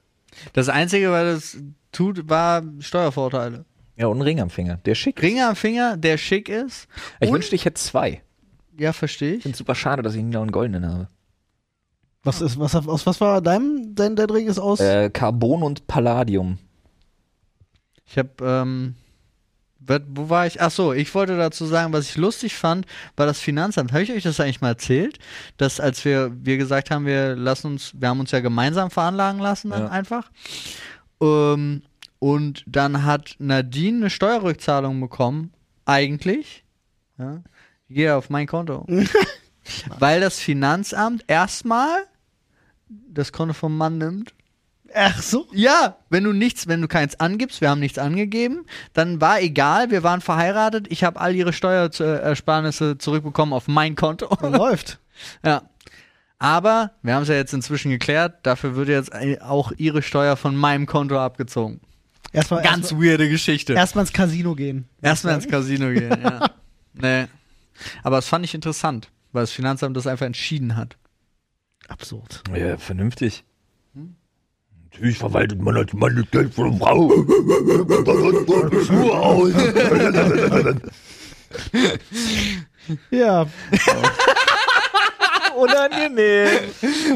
Das Einzige, was das tut, war Steuervorteile. Ja, und ein Ring am Finger. Der ist schick. Ringe am Finger, der schick ist. Ich Und- wünschte, ich hätte zwei. Ja, verstehe ich. Ich finde super schade, dass ich nur einen goldenen habe. Was ist, was, aus was war dein, dein, dein Ring ist aus? Äh, Carbon und Palladium. Ich habe, ähm, wat- wo war ich? Ach so, ich wollte dazu sagen, was ich lustig fand, war das Finanzamt. Habe ich euch das eigentlich mal erzählt, dass als wir wir gesagt haben, wir lassen uns, wir haben uns ja gemeinsam veranlagen lassen dann Ja. einfach. Ähm, und dann hat Nadine eine Steuerrückzahlung bekommen, eigentlich. Ja, die geht ja auf mein Konto. Weil das Finanzamt erstmal das Konto vom Mann nimmt Ach so. ja, wenn du nichts, wenn du keins angibst, wir haben nichts angegeben, dann war egal, wir waren verheiratet, ich habe all ihre Steuerersparnisse zurückbekommen auf mein Konto. Läuft. ja. Aber wir haben es ja jetzt inzwischen geklärt, dafür würde jetzt auch ihre Steuer von meinem Konto abgezogen. Erstmal Ganz erstmal, weirde Geschichte. erstmal ins Casino gehen. Erstmal ins Casino gehen, ja. Nee. Aber das fand ich interessant, weil das Finanzamt das einfach entschieden hat. Absurd. Ja, vernünftig. Natürlich verwaltet man halt als Mann das Geld von der Frau. Schuhe aus. Ja. Unangenehm.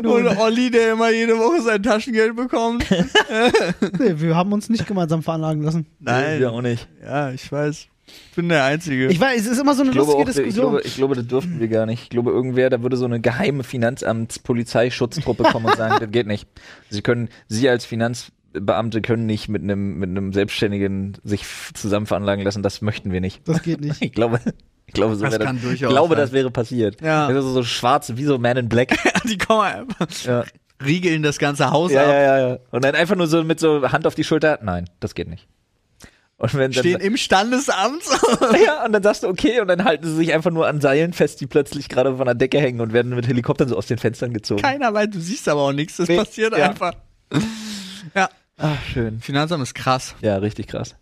Und Olli, der immer jede Woche sein Taschengeld bekommt. Nee, wir haben uns nicht gemeinsam veranlagen lassen. Nein. Ja, auch nicht. Ja, ich weiß. Ich bin der Einzige. Ich weiß, es ist immer so eine Ich glaube, lustige auch, ich, Diskussion. glaube, ich glaube, das durften wir gar nicht. Ich glaube, irgendwer, da würde so eine geheime Finanzamts-Polizeischutztruppe kommen und sagen, das geht nicht. Sie können, Sie als Finanzbeamte können nicht mit einem, mit einem Selbstständigen sich f- zusammen veranlagen lassen. Das möchten wir nicht. das geht nicht. Ich glaube, ich glaube, so Das wäre kann das, ich durchaus glaube, sein. das wäre passiert. Ja. Das ist so schwarz, wie so Man in Black. die kommen einfach, Ja. riegeln das ganze Haus Ja, ab, ja, ja, ja. Und dann einfach nur so mit so Hand auf die Schulter. Nein, das geht nicht. Und wenn dann, stehen im Standesamt. ja, und dann sagst du okay und dann halten sie sich einfach nur an Seilen fest, die plötzlich gerade von der Decke hängen und werden mit Helikoptern so aus den Fenstern gezogen. Keiner weiß, du siehst aber auch nichts, das Nee, passiert ja. einfach. Ja, Ach, Ah, schön. Finanzamt ist krass. Ja, richtig krass.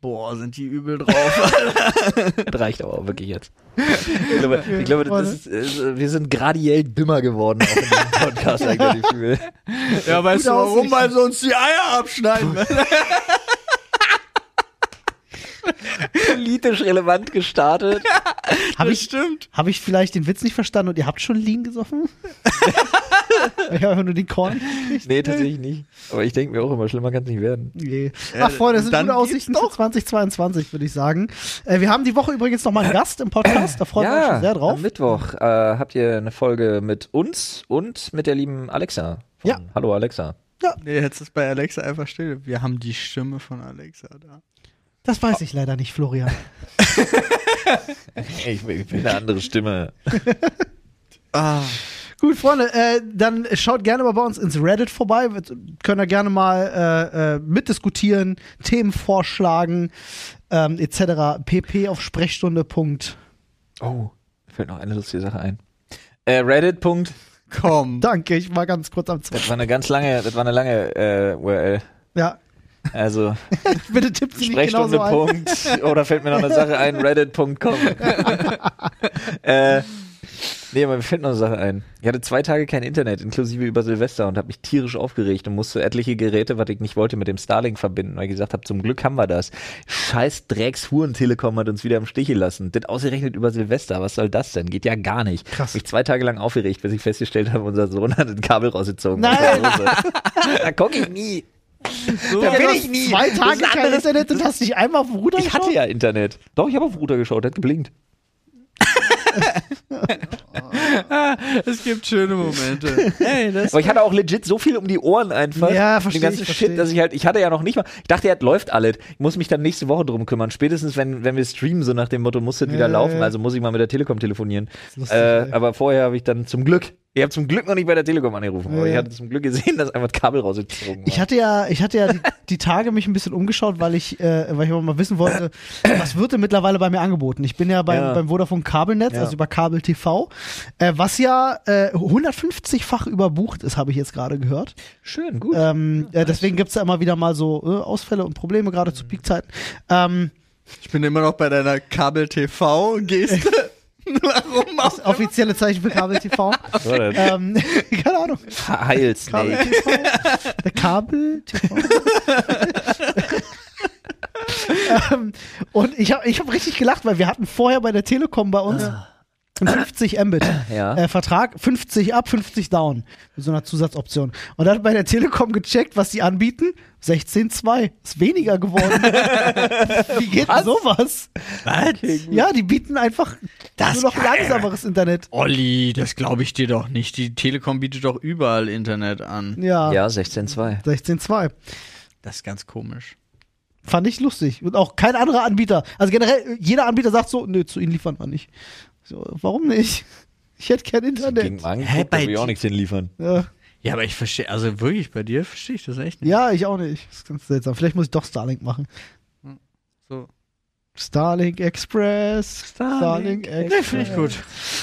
Boah, sind die übel drauf. Das reicht aber auch wirklich jetzt. Ich glaube, ich glaube das ist, ist, wir sind gradiell dümmer geworden auch in diesem Podcast, hab ich das Gefühl. Ja, weißt du warum? weil sie uns die Eier abschneiden? Politisch relevant gestartet. Habe ich, Stimmt. hab ich vielleicht den Witz nicht verstanden und ihr habt schon Lean gesoffen? ich habe einfach nur den Korn. Nee, tatsächlich nicht. Aber ich denke mir auch immer, schlimmer kann es nicht werden. Nee. Ach, Freunde, das sind dann gute Aussichten für 2022, würde ich sagen. Äh, wir haben die Woche übrigens nochmal einen Gast im Podcast, da freuen wir uns schon sehr drauf. am Mittwoch äh, habt ihr eine Folge mit uns und mit der lieben Alexa. von Ja. Hallo Alexa. Nee, jetzt ist bei Alexa einfach still. Wir haben die Stimme von Alexa da. Das weiß ich leider nicht, Florian. Ich, ich bin eine andere Stimme. Ah, Gut, Freunde, äh, dann schaut gerne mal bei uns ins Reddit vorbei. Wir können da gerne mal äh, äh, mitdiskutieren, Themen vorschlagen, ähm, etc. pp auf Sprechstunde. Punkt. Oh, mir fällt noch eine lustige Sache ein. Äh, Reddit. Punkt. komm. Danke, ich war ganz kurz am Zweifel. Das war eine ganz lange, das war eine lange äh, URL. Ja, Also bitte tippt sie nicht Sprechstunde. genauso ein. Punkt. Oder fällt mir noch eine Sache ein, reddit.com. äh, nee, aber mir fällt noch eine Sache ein. Ich hatte zwei Tage kein Internet, inklusive über Silvester und habe mich tierisch aufgeregt und musste etliche Geräte, was ich nicht wollte, mit dem Starlink verbinden, weil ich gesagt habe, zum Glück haben wir das. Scheiß Drecks Huren Telekom hat uns wieder im Stiche lassen. Das ausgerechnet über Silvester, was soll das denn? Geht ja gar nicht. Krass. Mich zwei Tage lang aufgeregt, bis ich festgestellt habe, unser Sohn hat ein Kabel rausgezogen. aus der Nein. Hose. da guck ich nie. da Ja, bin du ich hast nie. Zwei Das Tage ist ein kein anderes Internet und hast dich einmal auf den Ruder ich hatte geschaut? ja Internet. Doch, ich habe auf den Router geschaut, der hat geblinkt. Es gibt schöne Momente. Ey, das Aber ich hatte auch legit so viel um die Ohren einfach. Ja, mit versteh Den ganzen ich, versteh Shit, dass ich halt, ich hatte ja noch nicht mal, ich dachte, ja, es läuft alles. Ich muss mich dann nächste Woche drum kümmern. Spätestens, wenn, wenn wir streamen, so nach dem Motto, muss das wieder ja, laufen, ja. also muss ich mal mit der Telekom telefonieren. lustig, äh, ey. aber vorher habe ich dann zum Glück, ich habe zum Glück noch nicht bei der Telekom angerufen, aber Ja, ich ja. hatte zum Glück gesehen, dass einfach das Kabel rausgezogen war. Ich hatte ja, ich hatte ja die, die Tage mich ein bisschen umgeschaut, weil ich, äh, weil ich aber mal wissen wollte, was wird denn mittlerweile bei mir angeboten? Ich bin ja beim, Ja. beim Vodafone Kabelnetz, Ja. also über Kabel TV, äh, was ja äh, 150-fach überbucht ist, habe ich jetzt gerade gehört. Schön, gut. Ähm, äh, deswegen gibt's da immer wieder mal so äh, Ausfälle und Probleme, gerade zu Peakzeiten. Ähm, Ich bin immer noch bei deiner Kabel-TV-Geste. Warum auch? offizielle Zeichen für Kabel TV. So, das- ähm, keine Ahnung. Kabel Heilsnake. TV. Der Kabel TV. ähm, und ich habe ich hab richtig gelacht, weil wir hatten vorher bei der Telekom bei uns einen 50 Mbit Ja. äh, Vertrag, 50 up, 50 down mit so einer Zusatzoption. Und dann hat bei der Telekom gecheckt, was sie anbieten, 16,2 ist weniger geworden. Wie geht denn sowas? Ja, die bieten einfach Das nur noch geil. langsameres Internet. Olli, das glaube ich dir doch nicht. Die Telekom bietet doch überall Internet an. Ja, Ja, 16.2. 16,2. Das ist ganz komisch. Fand ich lustig. Und auch kein anderer Anbieter. Also generell, jeder Anbieter sagt so, nö, zu ihnen liefern wir nicht. So, warum nicht? Ich hätte kein Gegen Internet. Magen, Hä, da bei will ich auch die- nichts hinliefern. Ja. Ja, aber ich verstehe, also wirklich bei dir verstehe ich das echt nicht. ja, ich auch nicht. Das ist ganz seltsam. Vielleicht muss ich doch Starlink machen. So. Starlink Express. Starlink Starlink, Express. Finde ich gut.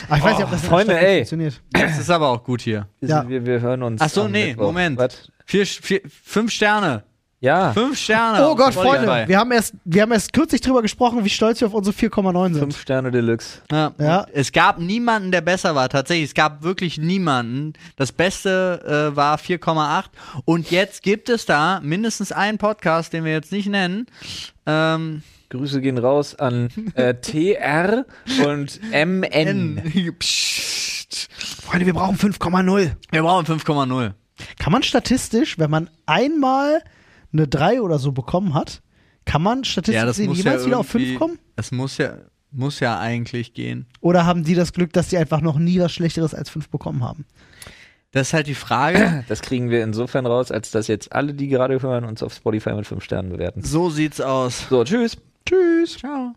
Ah, ich weiß nicht, Oh, ob das in der Freunde, Stadt nicht ey. funktioniert. Das ist aber auch gut hier. Ja. Wir, wir hören uns. Ach so, am nee, Mittwoch. Moment. Was? Vier, vier, fünf Sterne. Ja. Fünf Sterne. Oh auf Gott, Spotify. Freunde, wir haben, erst, wir haben erst kürzlich drüber gesprochen, wie stolz wir auf unsere 4,9 sind. Fünf Sterne Deluxe. Ja. Ja. Es gab niemanden, der besser war. Tatsächlich, es gab wirklich niemanden. Das Beste äh, war 4,8. Und jetzt gibt es da mindestens einen Podcast, den wir jetzt nicht nennen. Ähm, Grüße gehen raus an äh, TR und MN. Psst. Freunde, wir brauchen 5,0. Wir brauchen 5,0. Kann man statistisch, wenn man einmal eine 3 oder so bekommen hat, kann man statistisch gesehen jemals wieder auf 5 irgendwie- kommen? Das muss ja, muss ja eigentlich gehen. Oder haben die das Glück, dass sie einfach noch nie was Schlechteres als 5 bekommen haben? Das ist halt die Frage. Das kriegen wir insofern raus, als dass jetzt alle, die gerade hören, uns auf Spotify mit fünf Sternen bewerten. so sieht's aus. So, tschüss. Tschüss. Ciao.